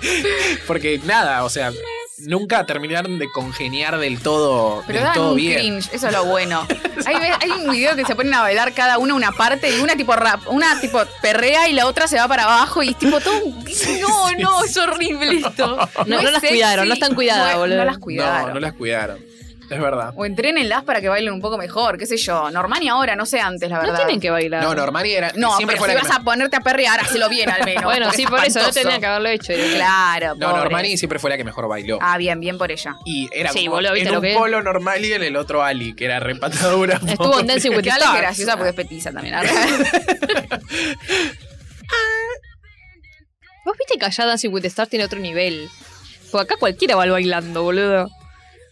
porque nada, o sea, nunca terminaron de congeniar del todo,
Pero
del
dan
todo
un
bien.
cringe, eso es lo bueno. Hay, ve- hay un video que se ponen a bailar cada una una parte y una tipo rap, una tipo perrea y la otra se va para abajo y es tipo todo un- No, no, es horrible esto.
No- no
es
las cuidaron, no están cuidadas,
No es-
boludo.
No las
No,
cuidaron.
no las cuidaron. Es verdad.
O entrenenlas para que bailen un poco mejor, qué sé yo. Normani ahora, no sé antes, la verdad.
No tienen que bailar.
No, Normani era.
No,
siempre
pero
fue
si
la que
vas a ponerte a perrear, hazlo bien al menos.
Bueno,
porque
sí,
es
por eso no
espantoso.
tenían que haberlo hecho.
Claro,
me- No,
pobre.
Normani siempre fue la que mejor bailó.
Ah, bien, bien por ella.
Y era
Sí,
como
boludo, ¿viste
en
lo
un
que es?
polo normal y en el otro Ali, que era repatadura.
Estuvo en Dancing with the
Que Ale es
Stars.
graciosa porque es petiza también.
Vos viste que allá Dancing with the Stars tiene otro nivel. Porque acá cualquiera va bailando, boludo.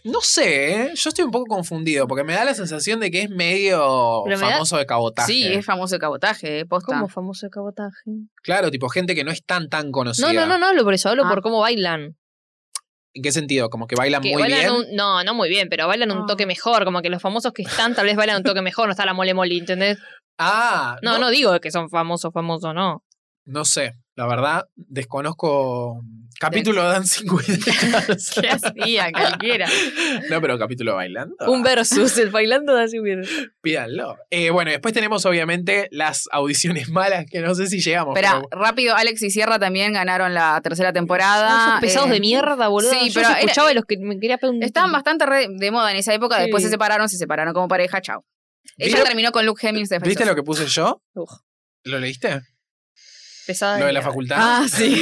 No sé, ¿eh? yo estoy un poco confundido porque me da la sensación de que es medio
Pero me da-
famoso de cabotaje.
sí, es famoso el cabotaje, eh, posta.
¿Cómo famoso de cabotaje?
Claro, tipo gente que no es tan tan conocida.
No, no, no, no hablo por eso, hablo
Ah.
por cómo bailan.
¿En qué sentido? Como que bailan
Que
muy
bailan
bien.
un- no, no muy bien, pero bailan un
Ah.
toque mejor. Como que los famosos que están tal vez bailan un toque mejor, no está la mole moli, ¿entendés?
Ah,
No, no, digo que son famosos, famosos, no.
No sé, la verdad, desconozco. Capítulo Dancing with the Stars.
¿Qué hacía? Cualquiera.
No, pero capítulo bailando.
Un versus, el bailando Dancing with the Stars.
Pídanlo. Eh, bueno, después tenemos obviamente las audiciones malas, que no sé si llegamos.
Espera,
pero-
rápido, Alex y Sierra también ganaron la tercera
Ah,
temporada.
esos pesados
eh,
de mierda, boludo.
sí,
Yo
pero
los
era-
escuchaba y los que me quería pegar un...
Estaban bastante re de moda en esa época,
Sí.
después se separaron, se separaron como pareja, chao. Ella
¿Vieron-
terminó con Luke Hemmings de
¿Viste lo que puse yo?
Uf.
¿Lo leíste?
pesadas.
Lo de la facultad.
Ah, sí.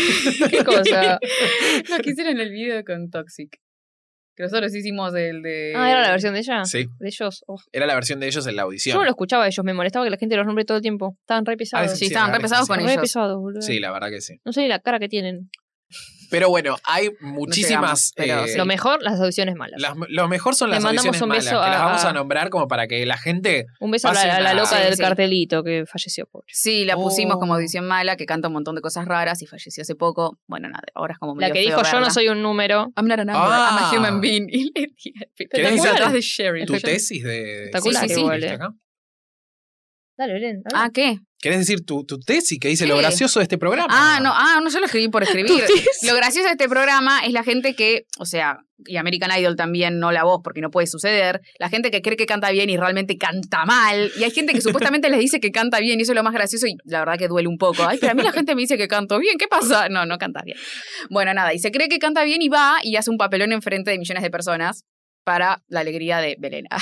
¿Qué cosa?
Lo que hicieron el video con Toxic. Que nosotros hicimos el de.
Ah, era la versión de ella.
Sí,
De ellos. Oh.
era la versión de ellos en la
Yo no
audición.
lo escuchaba a ellos, me molestaba que la gente los nombre todo el tiempo. Estaban re pesados.
Sí,
Ah, Sí,
estaban
la
re
verdad
pesados
que
con
sí.
re
ellos.
pesados, boludo.
Sí, la verdad que sí.
No sé ni la cara que tienen.
Pero bueno, hay muchísimas.
No llegamos, pero
eh,
sí.
Lo mejor, las audiciones malas.
las- lo mejor son
Le
las
mandamos
audiciones
un
malas,
beso
que las
a-
vamos a nombrar como para que la gente.
Un beso a
pasen
la, a la
a-
loca
Sí,
del
sí.
cartelito que falleció, pobre.
Sí, la pusimos
Oh.
como audición mala, que canta un montón de cosas raras y falleció hace poco. Bueno, nada, ahora es como
La
medio
que
feo
dijo yo
verla".
no soy un número.
I'm not a number,
Ah.
I'm a human being. Y le tira el pito.
¿Querés
¿Te
hacer
acuerdas
tu-
de Sherry?
Tu tesis de.
Espectacular,
sí, sí, sí,
igual,
¿viste
eh.
acá?
Dale, Belén. habla.
Ah, ¿qué?
¿Querés decir tu, tu tesis que dice
Sí.
lo gracioso de este programa?
Ah, no, ah, no, yo lo escribí por escribir.
Tu tesis.
Lo gracioso de este programa es la gente que, o sea, y American Idol también, no la voz, porque no puede suceder, la gente que cree que canta bien y realmente canta mal, y hay gente que supuestamente les dice que canta bien, y eso es lo más gracioso, y la verdad que duele un poco. Ay, pero a mí la gente me dice que canto bien, ¿qué pasa? No, no canta bien. Bueno, nada, y se cree que canta bien y va y hace un papelón enfrente de millones de personas para la alegría de Belén.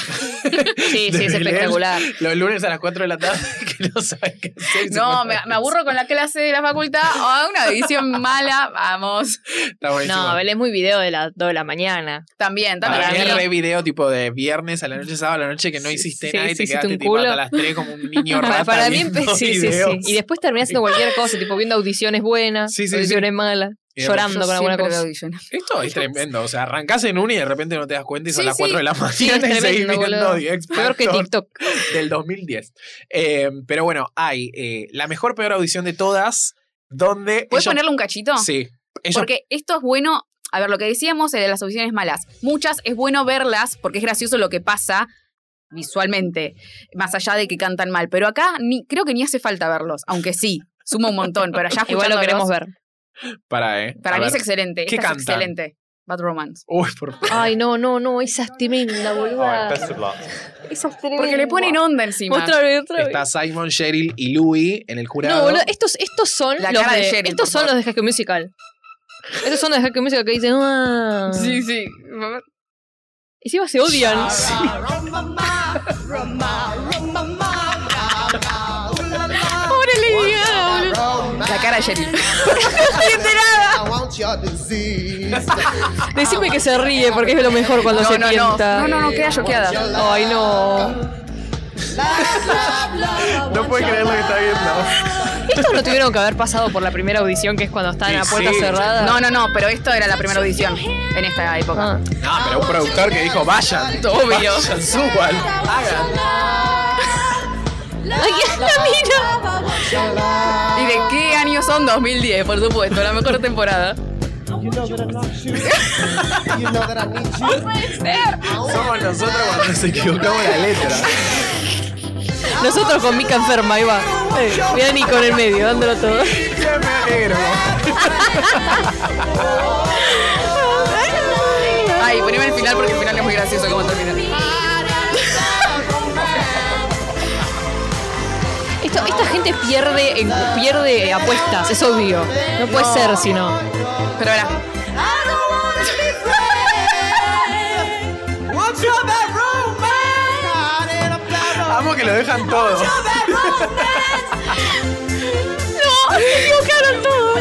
Sí,
de
sí, es
Belén.
espectacular.
Los lunes a las 4 de la tarde que no saben qué hacer.
No, me, me aburro con la clase de la facultad, Ah, una edición mala, vamos.
Está buenísimo.
No, Belén es muy video de las 2 de la mañana.
También, también.
Para mí
mí-
es re video tipo de viernes a la noche, sábado a la noche que no
Sí,
hiciste
sí,
nada y
sí,
te
hiciste
quedaste
un
tipo
culo.
hasta las 3 como un niño rata
para mí
viendo
empe- sí, sí, sí.
videos.
Y después terminé haciendo cualquier cosa, tipo viendo audiciones buenas,
Sí, sí,
audiciones malas,
Y de
llorando
Yo
con alguna
siempre
cosa.
veo Guillén.
Esto es tremendo. O sea, arrancás en una y de repente no te das cuenta y son
Sí,
las 4
sí.
de la mañana
Sí, es
y seguís
tremendo,
viendo
boludo.
The X
Peor que
Factor
TikTok.
del 2010. Eh, pero bueno, hay eh, la mejor peor audición de todas donde...
¿Puedes
ellos-
ponerle un cachito?
Sí. Ellos
Porque esto es bueno. A ver, lo que decíamos eh, de las audiciones malas. Muchas es bueno verlas porque es gracioso lo que pasa visualmente, más allá de que cantan mal. Pero acá ni, creo que ni hace falta verlos, aunque sí, suma un montón. Pero allá
Igual lo queremos ver.
Para, eh.
Para
A
mí
ver.
es excelente.
¿qué
Esta es
cantan?
excelente. Bad Romance.
Uy,
Ah,
por favor.
Ay, no, no, no, esa es tremenda, boluda.
best of luck.
Esa es tremenda.
Porque le ponen onda encima.
Otra vez, otra vez.
Está Simon, Cheryl y Louis en el
No,
jurado.
boludo, estos, estos son
La
los
cara
de,
de Cheryl, por
estos son
favor.
los de High School Musical. Estos son los de High School Musical que dicen, ah.
Sí, sí.
Y encima se odian.
Rumba, rumba, rumba, rumba, rumba.
La cara de Cheryl.
I want your disease.
Decime que se ríe porque es lo mejor cuando
Ah, No,
se
no, no.
tienta.
No, no, no, queda choqueada.
Ay, no.
No puedes creer lo que está viendo.
Esto lo tuvieron que haber pasado por la primera audición, que es cuando están
Y
a puerta
sí.
cerrada.
No, no, no, pero esto era la primera audición en esta época.
Ah.
No, pero un productor que dijo, vayan, obvio, vayan, suban, hagan.
Ay, la mira.
¿Y de qué año son? 2010, por supuesto, la mejor temporada.
You know that I love you. You know that I need you.
Somos nosotros cuando nos equivocamos la letra.
Nosotros con Mica enferma, ahí va. Eh, Mira ni con el medio, dándolo todo.
Ya me alegro.
Ay, poneme el final porque el final es muy gracioso como termina.
Esto- esta gente pierde, en- pierde apuestas, es obvio. No puede ser si no.
Pero ahora,
What's your bedroom, man?
Amo que lo dejan todo.
¡No! ¡Se equivocaron todo!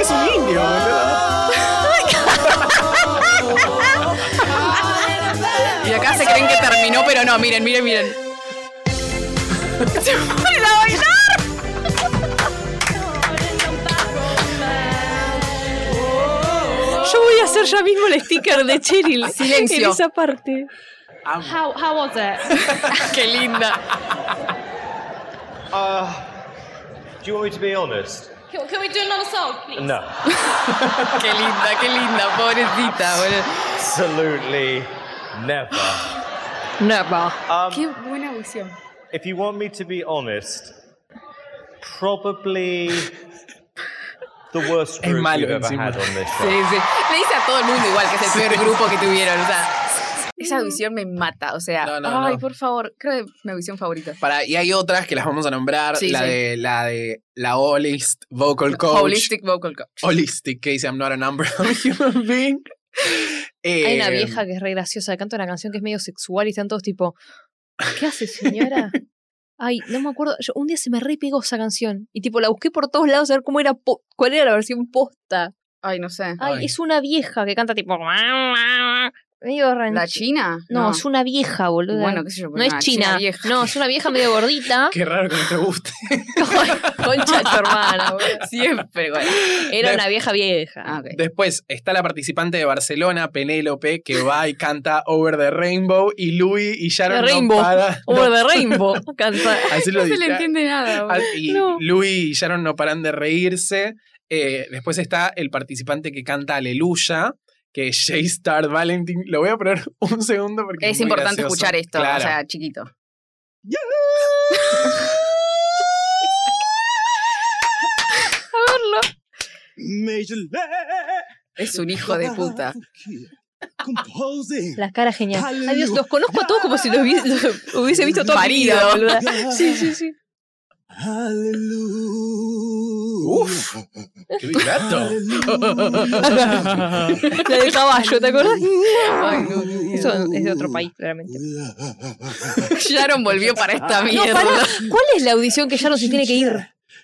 Es un indio, boludo.
y acá se creen que terminó, pero no, miren, miren, miren. ¡Se ponen a bailar!
Yo voy a hacer ya mismo el sticker de Cheryl.
Silencio.
En esa parte.
How how was it?
¡Qué linda!
Uh, do you want me to be honest?
Can, can we do another song, please?
No.
¡Qué linda, qué linda! Pobrecita, boludo.
Absolutely never.
Napa.
Qué buena audición.
If you want me to be honest, probably the worst group
malo
you've ever
encima.
had on this
Sí,
show.
sí. Le dice a todo el mundo igual que es el peor grupo que tuvieron, o sea. Esa audición me mata, o sea.
No, no,
ay,
no.
por favor, creo que es mi audición favorita.
Para, y hay otras que las vamos a nombrar.
Sí,
la
sí.
de la de la Holist Vocal Coach.
Holistic Vocal Coach.
Holistic, que dice I'm not a number I'm a human being.
Hay
Eh,
una vieja que es re graciosa, que canta una canción que es medio sexual y están todos tipo, ¿qué hace señora? Ay, no me acuerdo. Yo, un día se me re pegó esa canción y tipo la busqué por todos lados a ver cómo era, po- cuál era la versión posta.
Ay, no sé.
Ay,
Ay.
es una vieja que canta tipo, medio ranch-
¿La China?
No, es una vieja, boludo.
Bueno, qué sé yo.
no es china,
vieja.
no, es una vieja medio gordita.
Qué raro que no te guste.
Concha de tu hermana, boludo.
Siempre, bueno.
Era
De-
una vieja vieja.
Ah, ok.
Después está la participante de Barcelona, Penélope, que va y canta Over the Rainbow. Y Louis y Sharon
The
no
Rainbow.
paran. no-
Over the Rainbow. Canta.
así lo
No se le
dice.
entiende nada.
Ah,
boludo.
Y
No.
Louis y Sharon no paran de reírse. Eh, después está el participante que canta Aleluya, que es Jay Star Valentine. Lo voy a poner un segundo porque es,
Es importante escuchar esto,
Claro.
o sea, chiquito. Es un hijo de puta.
Composing.
La cara genial. Ay, Dios, los conozco a todos como si los, hubiese- los hubiese visto toda mi
Marido.
vida, boluda. Sí, sí, sí.
Uf.
¡Qué vibrato!
La de caballo, ¿te acordás? Ay, no, Eso es de otro país, claramente.
Sharon volvió para esta mierda.
¿Cuál es la audición que Sharon se tiene que ir?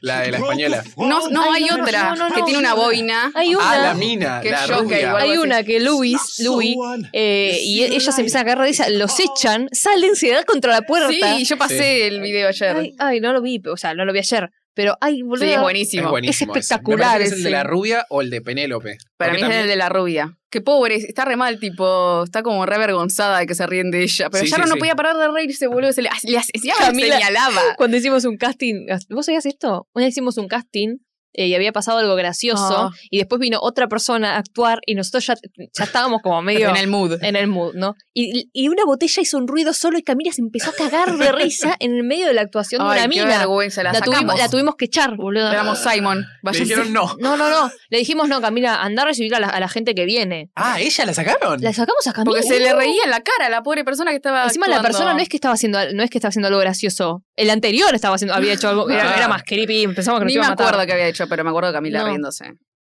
La de la española.
No, no hay otra
no, no,
que
no.
tiene una boina.
Hay
Ah, la
una,
mina,
Qué
la
shock,
rubia.
igual.
hay una que Luis, Louis, eh, y ellas se empiezan a agarrar de esa, los echan, salen, se dan contra la puerta.
Sí, yo pasé el video ayer.
Ay, ay, no lo vi, o sea, no lo vi ayer. Pero, ay, boludo.
sí, es
Es
buenísimo.
buenísimo ese.
espectacular
Me parece que ¿Es el de
ese.
la rubia o el de Penélope?
Para
Porque
mí es el
también-
de la rubia. Qué pobre, está re mal, tipo, está como re avergonzada de que se ríen de ella. Pero
Sí,
Sharon
sí,
no
sí.
podía parar de reírse, boludo. Se le, le hacía-
Camila-
señalaba.
cuando hicimos un casting. ah, ¿Vos sabías esto? Una vez hicimos un casting eh, y había pasado algo gracioso
Ah.
y después vino otra persona a actuar y nosotros ya, ya estábamos como medio
En el mood.
en el mood, ¿no? Y, y una botella hizo un ruido solo y Camila se empezó a cagar de risa en el medio de la actuación de
Ay,
una
qué
mina.
vergüenza, la,
La tuvimos,
sacamos.
la tuvimos que echar, boludo.
Éramos Simon.
Le
váyanse.
dijeron no.
No, no, no. Le dijimos, no, Camila, andá a recibir a la, a la gente que viene.
Ah, ¿ella la sacaron?
La sacamos a Camila.
Porque se le reía en la cara a la pobre persona que estaba.
Encima la persona no es que estaba haciendo no es que estaba haciendo algo gracioso. El anterior estaba haciendo había hecho algo era,
Ah.
era más creepy, pensamos que nos
Ni
iba
me
a matar.
acuerdo que había hecho, pero me acuerdo de Camila
No.
Eh,
riéndose.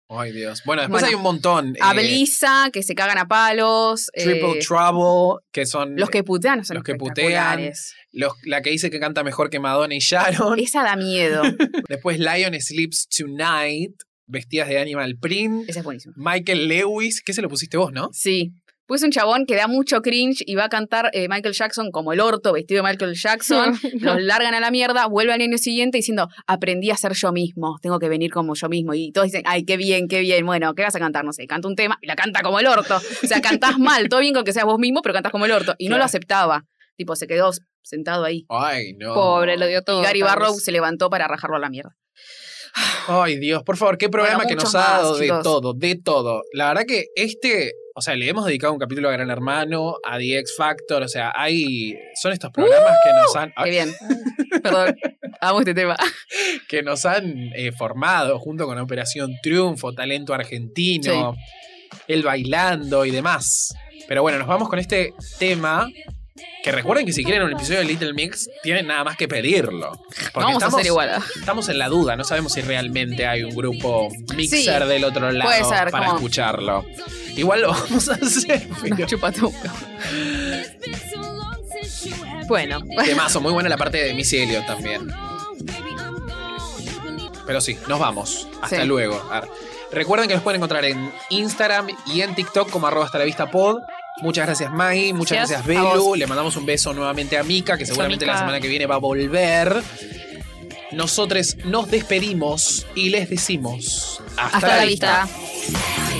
Ay, Dios. Bueno, después
Bueno.
hay un montón.
A
eh,
Belisa, que se cagan a palos.
Triple
eh,
Trouble, que son
Los que putean son
Los que putean.
espectaculares.
los- la que dice que canta mejor que Madonna y Sharon.
Esa da miedo.
Después Lion Sleeps Tonight, vestidas de Animal Print.
Esa es buenísima.
Michael Lewis, que se lo pusiste vos, ¿no?
Sí. Pues un chabón que da mucho cringe y va a cantar eh, Michael Jackson como el orto, vestido de Michael Jackson. los largan a la mierda, vuelve al año siguiente diciendo, aprendí a ser yo mismo, tengo que venir como yo mismo. Y todos dicen, ay, qué bien, qué bien. Bueno, ¿qué vas a cantar? No sé, canta un tema y la canta como el orto. O sea, cantás mal, todo bien con que seas vos mismo, pero cantás como el orto. Y no lo
Claro.
aceptaba. Tipo, se quedó sentado ahí.
Ay, no.
Pobre, lo dio todo.
Y Gary
tal vez.
Barrow se levantó para rajarlo a la mierda.
Ay, Dios, por favor, qué programa
Bueno,
que nos
muchos
ha
más,
dado de
chicos.
todo, de todo. La verdad que este, o sea, le hemos dedicado un capítulo a Gran Hermano, a The X Factor, o sea, hay, son estos programas
¡Uh!
que nos han,
Ah.
ah,
Qué bien. Perdón, amo este tema.
que nos han eh, formado junto con Operación Triunfo, Talento Argentino, El Bailando y demás. Pero bueno, nos vamos con este tema. Que recuerden que si quieren un episodio de Little Mix, tienen nada más que pedirlo. Porque
Vamos a
estamos-
hacer igual.
Estamos en la duda, no sabemos si realmente hay un grupo mixer
Sí,
del otro lado
puede ser,
para
como-
escucharlo. Igual lo vamos a hacer, pero...
Chupa tu- Bueno,
pues.
Temazo, muy buena la parte de Missy Elliott también. Pero sí, nos vamos. Hasta
Sí.
luego. Ar. Recuerden que nos pueden encontrar en Instagram y en TikTok como arroba hasta la vista pod. Muchas gracias Maggie, muchas gracias,
Gracias a
Belu.
vos.
Le mandamos un beso nuevamente a Mika, que seguramente la
Mika.
semana que viene va a volver. Nosotros nos despedimos y les decimos
hasta la vista.
Thank